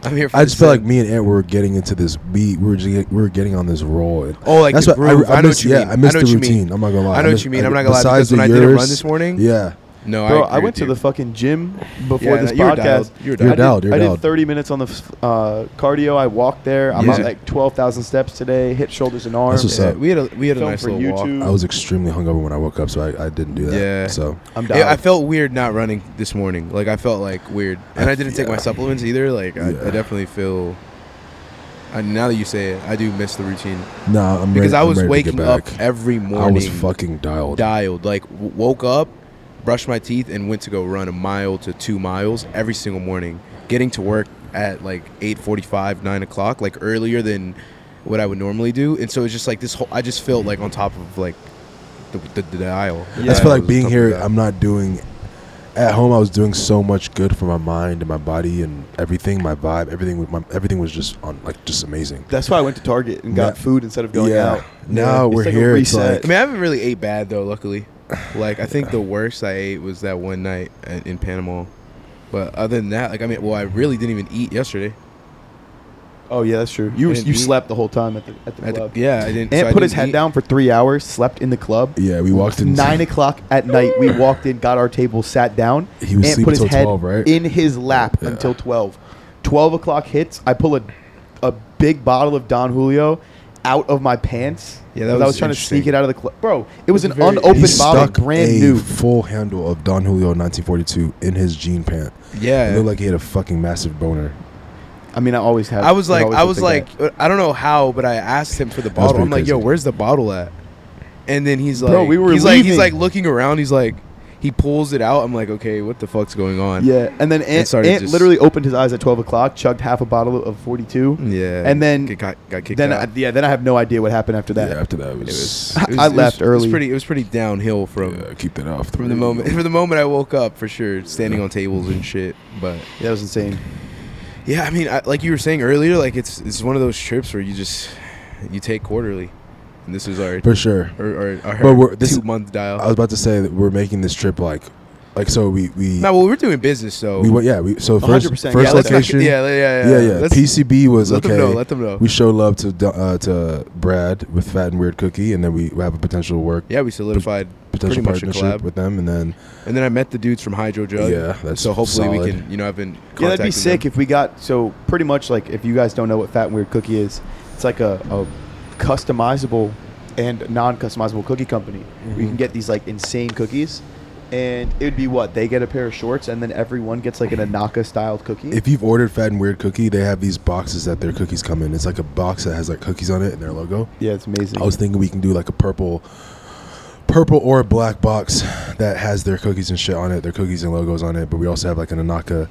I'm here. For I just the feel like sun. me and Ant were getting into this. We we were just, get- we were getting on this roll. And Oh, like that's the what I- groove. I, I know missed- what you yeah, mean. I missed I know the what you mean. routine. I'm not gonna lie. I know what missed- you mean. I'm not gonna lie, because besides the when I did a run yours- this morning- yeah, no, Bro, I, I, went to the fucking gym before Yeah, this you were dialed. podcast. You were You're I, dialed. dialed, did, you're I did dialed. 30 minutes on the f- uh, cardio. I walked there. I'm Yeah. at like 12,000 steps today. Hit shoulders and arms. what's Yeah, up. We had a we had a Film nice for little walk. YouTube. I was extremely hungover when I woke up, so I, I didn't do that. Yeah. So I'm Yeah, dialed. I felt weird not running this morning. Like I felt like weird, and I didn't take my supplements either. Like I, I Yeah. definitely feel. I, now that you say it, I do miss the routine nah, I'm because ready, I was I'm ready to waking get up back. every I morning. was fucking dialed. dialed. Like w- woke up, brushed my teeth, and went to go run a mile to two miles every single morning. Getting to work at like eight forty-five, nine o'clock, like earlier than what I would normally do. And so it's just like this whole. I just felt like on top of like the the, the dial. The I just feel dial was like on being top of here. that. I'm not doing. At home, I was doing so much good for my mind and my body and everything. My vibe, everything with my everything was just on like just amazing. That's why I went to Target and got Yeah. food instead of going out. Now It's we're like a here. It's like reset. I mean, I haven't really ate bad though. Luckily, like I think [sighs] the worst I ate was that one night at, in Panama. But other than that, like I mean, well, I really didn't even eat yesterday. Oh yeah, that's true. You I were, didn't you eat. slept the whole time at the at the I d- club. yeah, I didn't. Ant so I put his didn't head eat. down for three hours, slept in the club. Yeah, we walked in Nine o'clock at night, we walked in, got our table, sat down. He was Ant sleeping put his till head 12, right? in his lap until twelve. Twelve o'clock hits. I pull a a big bottle of Don Julio out of my pants. Yeah, that 'cause I was was trying to interesting. sneak it out of the club, bro. It was an very- He unopened bottle, stuck brand a new. full handle of Don Julio 1942 in his jean pant. Yeah, It looked like he had a fucking massive boner. I mean, I always have. I was it like, always I looked was like, I don't know how, but I asked him for the bottle. pretty I'm like, yo, crazy. where's the bottle at? And then he's like, Bro, we were he's like, he's leaving. like looking around. He's like, he pulls it out. I'm like, okay, what the fuck's going on? Yeah, and then Ant, started Ant just- literally opened his eyes at twelve o'clock, chugged half a bottle of forty two. yeah. And then- Get got, got kicked Then I, Mm, out. yeah, then I have no idea what happened after that. yeah, after that, it was, [laughs] [laughs] I- I left it was early. pretty, it was pretty downhill from yeah, keep that off from the moment [laughs] from the moment I woke up for sure, standing on tables and shit. But Yeah, that was insane. yeah, I mean, I, like you were saying earlier, like it's it's one of those trips where you just you take quarterly, and this is our for sure. or, or our But we're- this- two month dial. I was about to say that we're making this trip like, like so we we no, well, we're doing business, so we went yeah we so first 100%, first yeah, let's not- location yeah, yeah, yeah, yeah yeah Let's- PCB was let okay. them know. Let them know. We show love to Do- uh, to Brad with Fat and Weird Cookie, and then we we have a potential work yeah, we solidified. Pretty potential much a collab. partnership with them, and then And then I met the dudes from Hydro Jug. Yeah, that's so hopefully we solid. can, you know, I've been Yeah, that'd be contacting sick them. if we got so pretty much like if you guys don't know what Fat and Weird Cookie is, it's like a, a customizable and non-customizable cookie company. Mm-hmm. We can get these like insane cookies, and it would be what they get a pair of shorts, and then everyone gets like an Anaka styled cookie. if you've ordered Fat and Weird Cookie, they have these boxes that their cookies come in. It's like a box that has like cookies on it and their logo. yeah, it's amazing. I was thinking we can do like a purple, purple or black box that has their cookies and shit on it, their cookies and logos on it. But we also have like an Anaka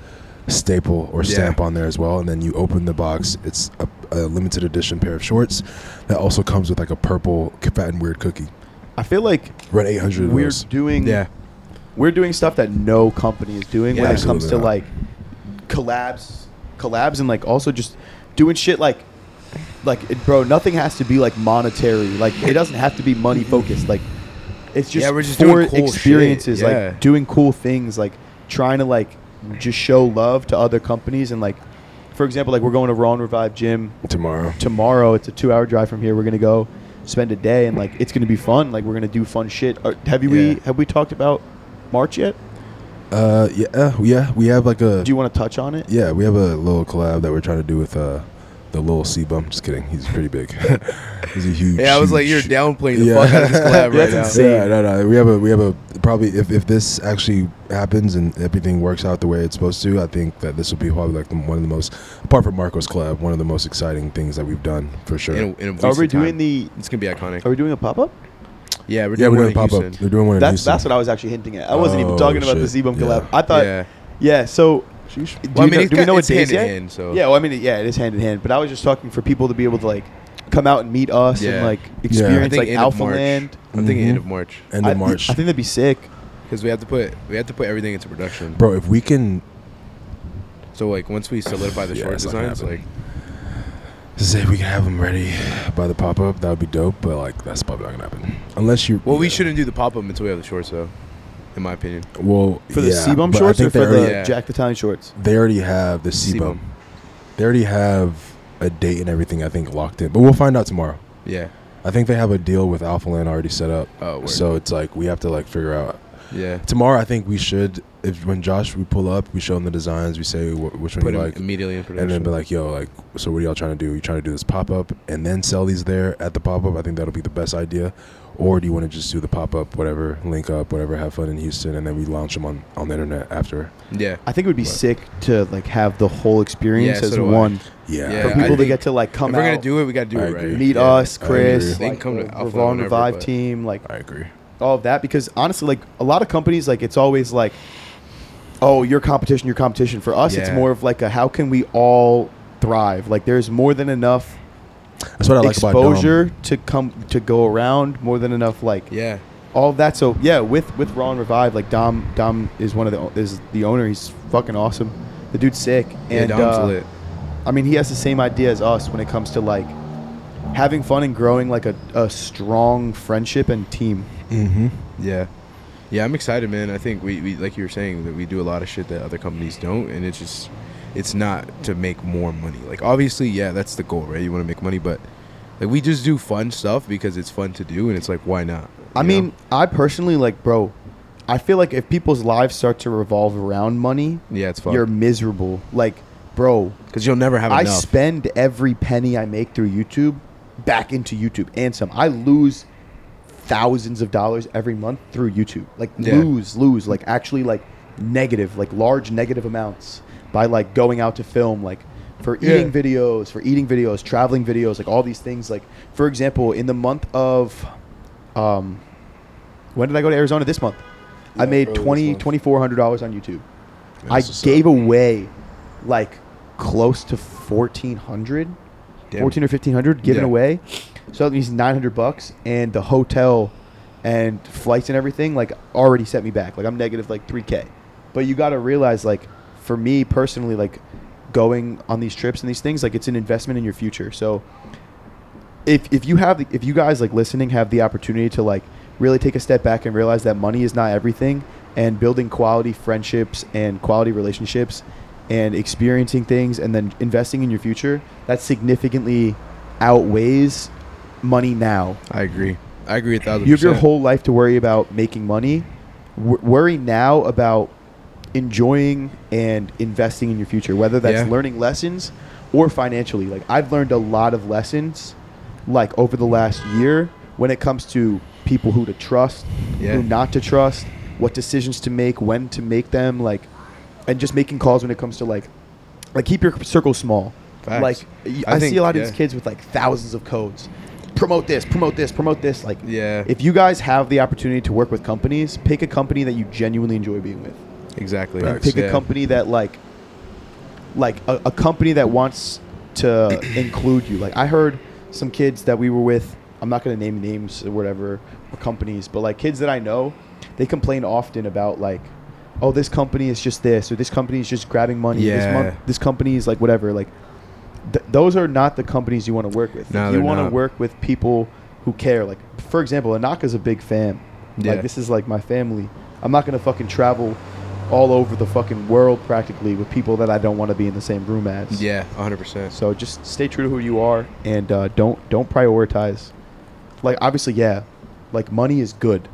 staple or Yeah. stamp on there as well. And then you open the box, it's a, a limited edition pair of shorts that also comes with like a purple Fat and Weird Cookie. I feel like Run 800 of we're those. doing Yeah. we're doing stuff that no company is doing Yeah, when it comes absolutely to not. like collabs collabs and like also just doing shit like like it- bro nothing has to be like monetary like it doesn't have to be money focused like it's just Yeah, we're just for doing cool experiences shit, yeah. like doing cool things like trying to like just show love to other companies and like for example like we're going to raw and revive gym tomorrow. tomorrow. It's a two hour drive from here. We're gonna go spend a day and like it's gonna be fun. Like we're gonna do fun shit. Are, have you we Yeah. have we talked about March yet? Uh, yeah, uh, yeah, we have like a Do you want to touch on it? yeah, we have a little collab that we're trying to do with uh the little C bump. Just kidding, he's pretty big. [laughs] he's a huge. Yeah, I was like, you're huge- downplaying the Yeah. fuck out [laughs] [laughs] of this collab right That's now. insane. Yeah, no, no. We have a we have a probably if, if this actually happens and everything works out the way it's supposed to, I think that this will be probably like the, one of the most apart from Marco's collab, one of the most exciting things that we've done for sure. In a, in a Are week's we time. doing the? It's gonna be iconic. Are we doing a pop up? yeah, we're yeah, doing one we're doing in pop up. Houston. We're doing one in That's Houston. that's what I was actually hinting at. I wasn't even Oh, talking about the shit. Z-Bum Yeah. collab. I thought, yeah. yeah. so, do Well, I you mean, know- it's do we got- know it's what days hand in yet? hand, so- Yeah, well, I mean, yeah, it is hand in hand. But I was just talking for people to be able to like come out and meet us Yeah. and like I I experience think like end Alpha of March. Land. I'm thinking Mhm. end of March end I of thi- March. I think that'd be sick. because we have to put we have to put everything into production. Bro, if we can So like once we solidify the Yeah, short it's not gonna designs, like say we can have them ready by the pop up, that would be dope, but like that's probably not gonna happen. Unless you well, we yeah. shouldn't do the pop up until we have the shorts, though. In my opinion, well For the yeah, C-Bum but I shorts or think they for the already- Yeah. Jack the Tiny shorts? they already have the C-Bum. C-Bum. They already have a date and everything, I think, locked in. But we'll find out tomorrow. yeah, I think they have a deal with Alpha Land already set up. Oh, word. so it's like we have to like figure out yeah. tomorrow. I think we should if when Josh we pull up, we show him the designs, we say wh- which one Put you them like, immediately in production. and then be like, "Yo, like, so what are y'all trying to do? You trying to do this pop up and then sell these there at the pop up? I think that'll be the best idea. Or do you want to just do the pop up, whatever, link up, whatever, have fun in Houston, and then we launch them on on the internet after? yeah, I think it would be sick to like have the whole experience Yeah, so as do I. one. Yeah, Yeah, For I people to think get to like if come we're gonna out, do it, we gotta do I it right. agree. meet Yeah. us, I agree. Chris, They can like, come to the Alpha Revolve whenever, Revive but- team, like I agree. all of that. Because honestly, like a lot of companies, like it's always like, oh, your competition, your competition. For us, it's Yeah. more of like a how can we all thrive? Like there's more than enough That's what I like about exposure to come to go around, more than enough like Yeah, all of that. So yeah, with with Raw and Revive, like Dom Dom is one of the o- is the owner. He's fucking awesome. The dude's sick, yeah. and Dom's uh, lit. I mean, he has the same idea as us when it comes to like having fun and growing like a, a strong friendship and team. Mm-hmm. Yeah. Yeah, I'm excited, man. I think we, we like you were saying that we do a lot of shit that other companies don't and it's just it's not to make more money. Like obviously, yeah, that's the goal, right? You want to make money, but like we just do fun stuff because it's fun to do and it's like why not? I You mean, know? I personally like, bro, I feel like if people's lives start to revolve around money, yeah, it's fun. you're miserable. Like, bro, Cuz you'll never have I enough. spend every penny I make through YouTube back into YouTube and some. I lose thousands of dollars every month through YouTube. Like Yeah. lose, lose, like actually like negative, like large negative amounts by like going out to film, like for eating videos, for eating videos, traveling videos, like all these things. Like for example, in the month of um when did I go to Arizona this month? I Yeah, made early this 20 month. $2400 on YouTube. I That's what's gave up. away like close to 1400 Damn. 14 or 1500 given Yeah. away so that means 900 bucks and the hotel and flights and everything like already set me back like i'm negative like 3k but you got to realize like for me personally like going on these trips and these things like it's an investment in your future so if if you have if you guys like listening have the opportunity to like really take a step back and realize that money is not everything and building quality friendships and quality relationships and experiencing things and then investing in your future that significantly outweighs money now I agree. I agree a thousand. you have your percent. whole life to worry about making money. W- worry now about enjoying and investing in your future, whether that's Yeah. learning lessons or financially. Like I've learned a lot of lessons, like over the last year, when it comes to people who to trust, Yeah. who not to trust, what decisions to make, when to make them, like, and just making calls when it comes to like, like keep your circle small. Facts. Like y- I I, think- see a lot of yeah. these kids with like thousands of codes. Promote this, promote this, promote this. Like, Yeah. if you guys have the opportunity to work with companies, pick a company that you genuinely enjoy being with. exactly. And pick a Yeah. company that like, like a, a company that wants [clears throat] to include you. Like I heard some kids that we were with. I'm not gonna name names or whatever or companies, but like kids that I know, they complain often about like, oh, this company is just this or this company is just grabbing money. Yeah. This, this company is like whatever. Like, th- those are not the companies you want to work with. No, you they're want to not. work with people who care. Like, for example, Anaka's a big fam. Yeah. Like, this is like my family. I'm not gonna fucking travel all over the fucking world practically with people that I don't want to be in the same room as. Yeah, 100. percent So just stay true to who you are and uh, don't don't prioritize. Like obviously, yeah, like money is good.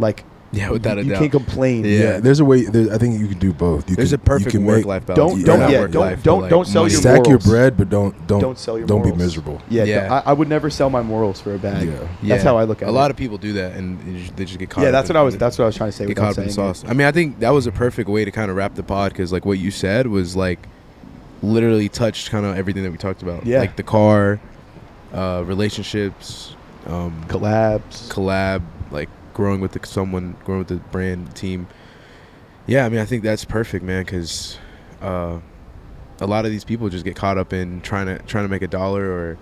Like Yeah, without you, a you doubt. can't complain. Yeah. there's a way. There, I think you can do both. You There's a can, perfect you can work make- life balance. Don't Or don't- not yeah, don't- work-life, but, don't- like, don't sell money. your Stack your morals. bread, but don't don't Don't sell your don't be morals. miserable. Yeah, Yeah. no, I, I would never sell my morals for a bag. Yeah. That's how I look at A it. lot of people do that, and they just, they just get caught. yeah, up that's in- what I was. That's what I was trying to say. get Without caught up in the saying it. sauce. I mean, I think that was a perfect way to kind of wrap the pod because like what you said was like literally touched kind of everything that we talked about. Yeah. like the car, uh, relationships, um, collabs. collab, like growing with the, someone, growing with the brand team. Yeah, I mean, I think that's perfect, man, because uh, a lot of these people just get caught up in trying to trying to make a dollar or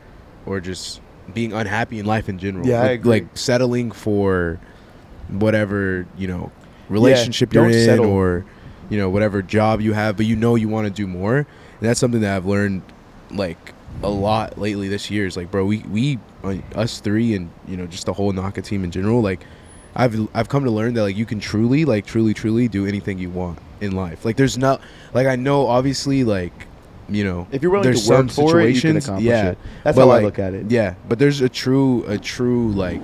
or just being unhappy in life in general. Yeah, I like, agree. like settling for whatever you know relationship you're don't in settle. or you know whatever job you have, but you know you want to do more. And that's something that I've learned like a lot lately this year. Is like, bro, we we like, us three and you know just the whole Naka team in general, like. I've I've come to learn that like you can truly like truly truly do anything you want in life. Like there's not like I know obviously like you know If you're willing there's to work for it, you can accomplish yeah. it. That's But, how like, I look at it. Yeah, but there's a true a true like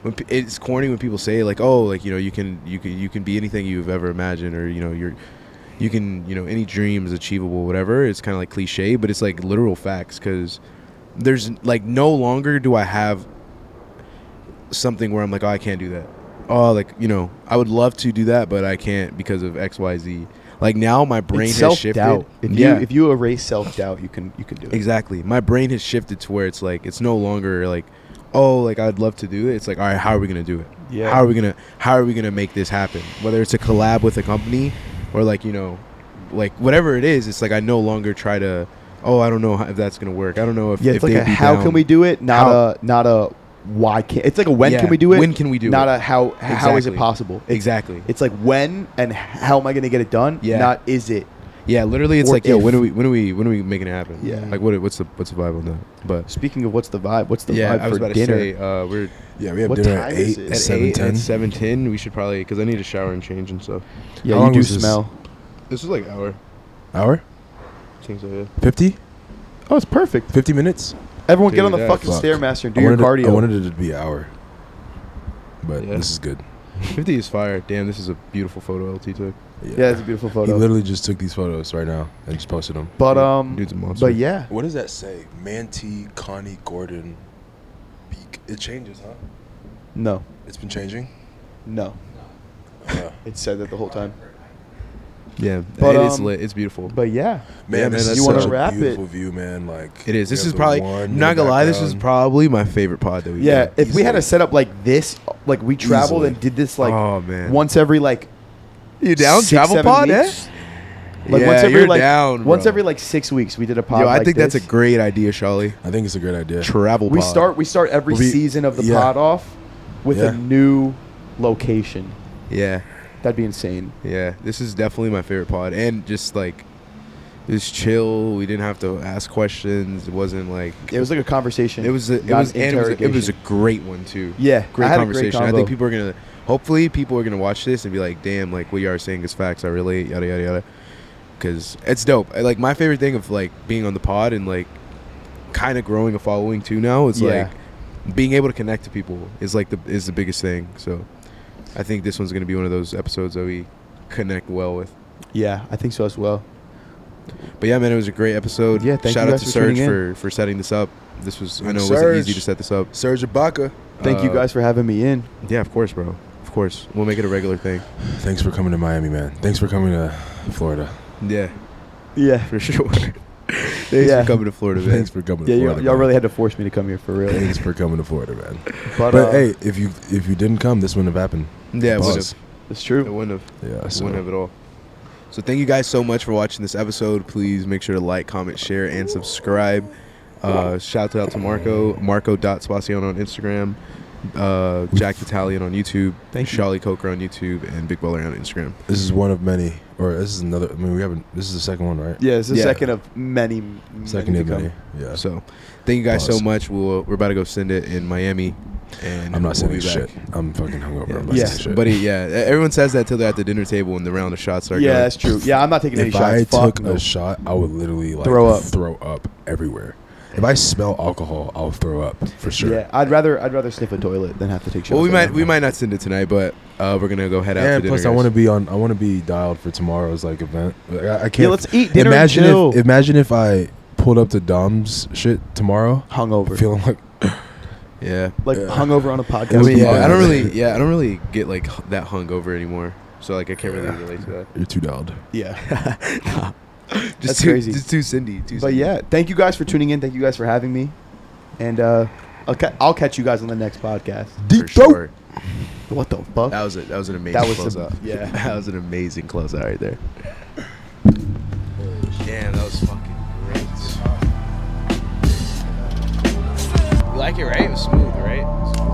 when p- it's corny when people say like oh like you know you can you can you can be anything you've ever imagined or you know you're you can you know any dream is achievable whatever it's kind of like cliche but it's like literal facts because there's like no longer do i have something where i'm like oh i can't do that oh like you know i would love to do that but i can't because of xyz like now my brain It's has shifted self-doubt. If you yeah if you erase self doubt, you can you can do it. exactly my brain has shifted to where it's like it's no longer like oh like i'd love to do it it's like all right how are we gonna do it Yeah. how are we gonna how are we gonna make this happen whether it's a collab with a company or like you know like whatever it is it's like i no longer try to oh i don't know how- if that's gonna work i don't know if Yeah, if it's like they'd a be how down. can we do it, not How- a not a why can't. It's like a when Yeah, can we do it? when can we do not it? a how how is it Exactly. possible? It's, exactly It's like when and how am I going to get it done? Yeah. Not is it. yeah literally it's or like yo if. when are we when are we when are we making it happen Yeah. like what what's the what's the vibe on that but Speaking of what's the vibe? What's the yeah vibe i was for about dinner? to say uh we're Yeah, we have What dinner time at is eight. it? at At seven 8 ten. at 710 we should probably because i need a shower and change and stuff How Yeah, you long do was this? smell. this is like hour Hour Seems like it. 50? Oh, it's perfect. 50 minutes. Everyone, get Dude, on the that fucking fuck. stairmaster and do I your wanted cardio. It, I wanted it to be an hour, but Yeah. this is good. 50 is fire. Damn, this is a beautiful photo LT took. yeah, it's a beautiful He photo. literally just took these photos right now and just posted them. but um, Dude's a monster. but yeah, What does that say? Manti, Connie, Gordon, Beak. It changes, huh? no, It's been changing. no, Yeah. it said that the whole time. Yeah, But, it is um, lit. It's beautiful. But yeah, Man, Yeah, man, this that's is You such wanna a wrap it? beautiful view, man. Like it is. This you is have the probably one in the not gonna lie. This is background. probably my favorite pod that we. yeah. did. If we had a easily. setup like this, like we traveled Easily. and did this like oh man, once every like you down six, travel seven pod? Eh? weeks. Like yeah, once every you're like down. once bro. every like six weeks, we did a pod. Yo, I like think this. that's a great idea, Charlie. I think it's a great idea. Travel. We pod. start we start every We- season of the yeah. pod off with Yeah. a new location. Yeah, That'd be insane. yeah. This is definitely my favorite pod, and just like. It was chill. We didn't have to ask questions. It wasn't like It was like a conversation. It was a, it not was an and it was, a, it was a interrogation. great one too. Yeah, great I had a great conversation. I combo. think people are gonna hopefully people are gonna watch this and be like, damn, like what you are saying is facts. I relate, yada yada yada. Because it's dope. I- Like my favorite thing of like being on the pod and like kind of growing a following too now is Yeah. like being able to connect to people is like the is the biggest thing. So I think this one's gonna be one of those episodes that we connect well with. Yeah, I think so as well. But yeah, man, it was a great episode. Yeah, thank shout you out guys to for tuning Serge in. for for setting this up. This was I know it Serge. wasn't easy to set this up. Serge Ibaka, Thank you Uh, guys for having me in. Yeah, of course, bro. Of course, we'll make it a regular thing. thanks for coming to Miami, man. Thanks for coming to Florida. Yeah, Yeah. for [laughs] sure. Thanks Yeah. for coming to [laughs] Florida, man. Thanks for coming. Yeah, to y'all, Florida, y'all man. really had to force me to come here for real. Thanks for coming to Florida, man. But, But, uh, hey, if you if you didn't come, this wouldn't have happened. Yeah, it would have. Pause. it's It true. wouldn't have. Yeah, It's so one of it all. So thank you guys so much for watching this episode. Please make sure to like, comment, share, and subscribe. Uh, shout out to Marco, Marco.Spaciano on Instagram, uh, Jack Italian on YouTube, Thank you. Charlie Coker on YouTube, and Big Baller on Instagram. this is one of many, or this is another. I mean, we haven't. This is the second one, right? Yeah, it's the Yeah. second of many. Second many of to come. many. Yeah. So thank you guys so Pause. much. We'll, we're about to go send it in Miami. And I'm we'll not saying be back. shit. I'm fucking hungover. Yeah, I'm not yeah, saying shit. Buddy, yeah. E-, Everyone says that till they're at the dinner table and the round of shots are Yeah, going. that's true. Yeah, I'm not taking any if I shots. Fuck took no. a shot, I would literally like Throw up. throw up everywhere. If I smell alcohol, I'll throw up for sure. Yeah, I'd rather I'd rather sniff a toilet than have to take shots. Well, we like might that. we might not send it tonight, but uh, we're gonna go head out. to And dinner, plus, I guys. want to be on. I want to be dialed for tomorrow's like event. Like, I, I can't. Yeah, let's eat dinner. imagine and chill. if imagine if I pulled up to Dom's shit tomorrow, hungover, feeling like Yeah, like yeah. hungover on a I podcast. would mean, be yeah, I fun. don't really, yeah, I don't really get like h- that hungover anymore. So like, I can't really relate to that. you're too dialed. [laughs] yeah. [laughs] Just That's too, crazy. Just too Cindy. Too But Cindy. yeah, thank you guys for tuning in. Thank you guys for having me, and uh, I'll, ca- I'll catch you guys on the next podcast. Deep for throat. sure. What the fuck? That was it. That was an amazing. That was close the- out. yeah. [laughs] that was an amazing close out right there. Damn, that was fucking great. You like it, right? It was smooth, right?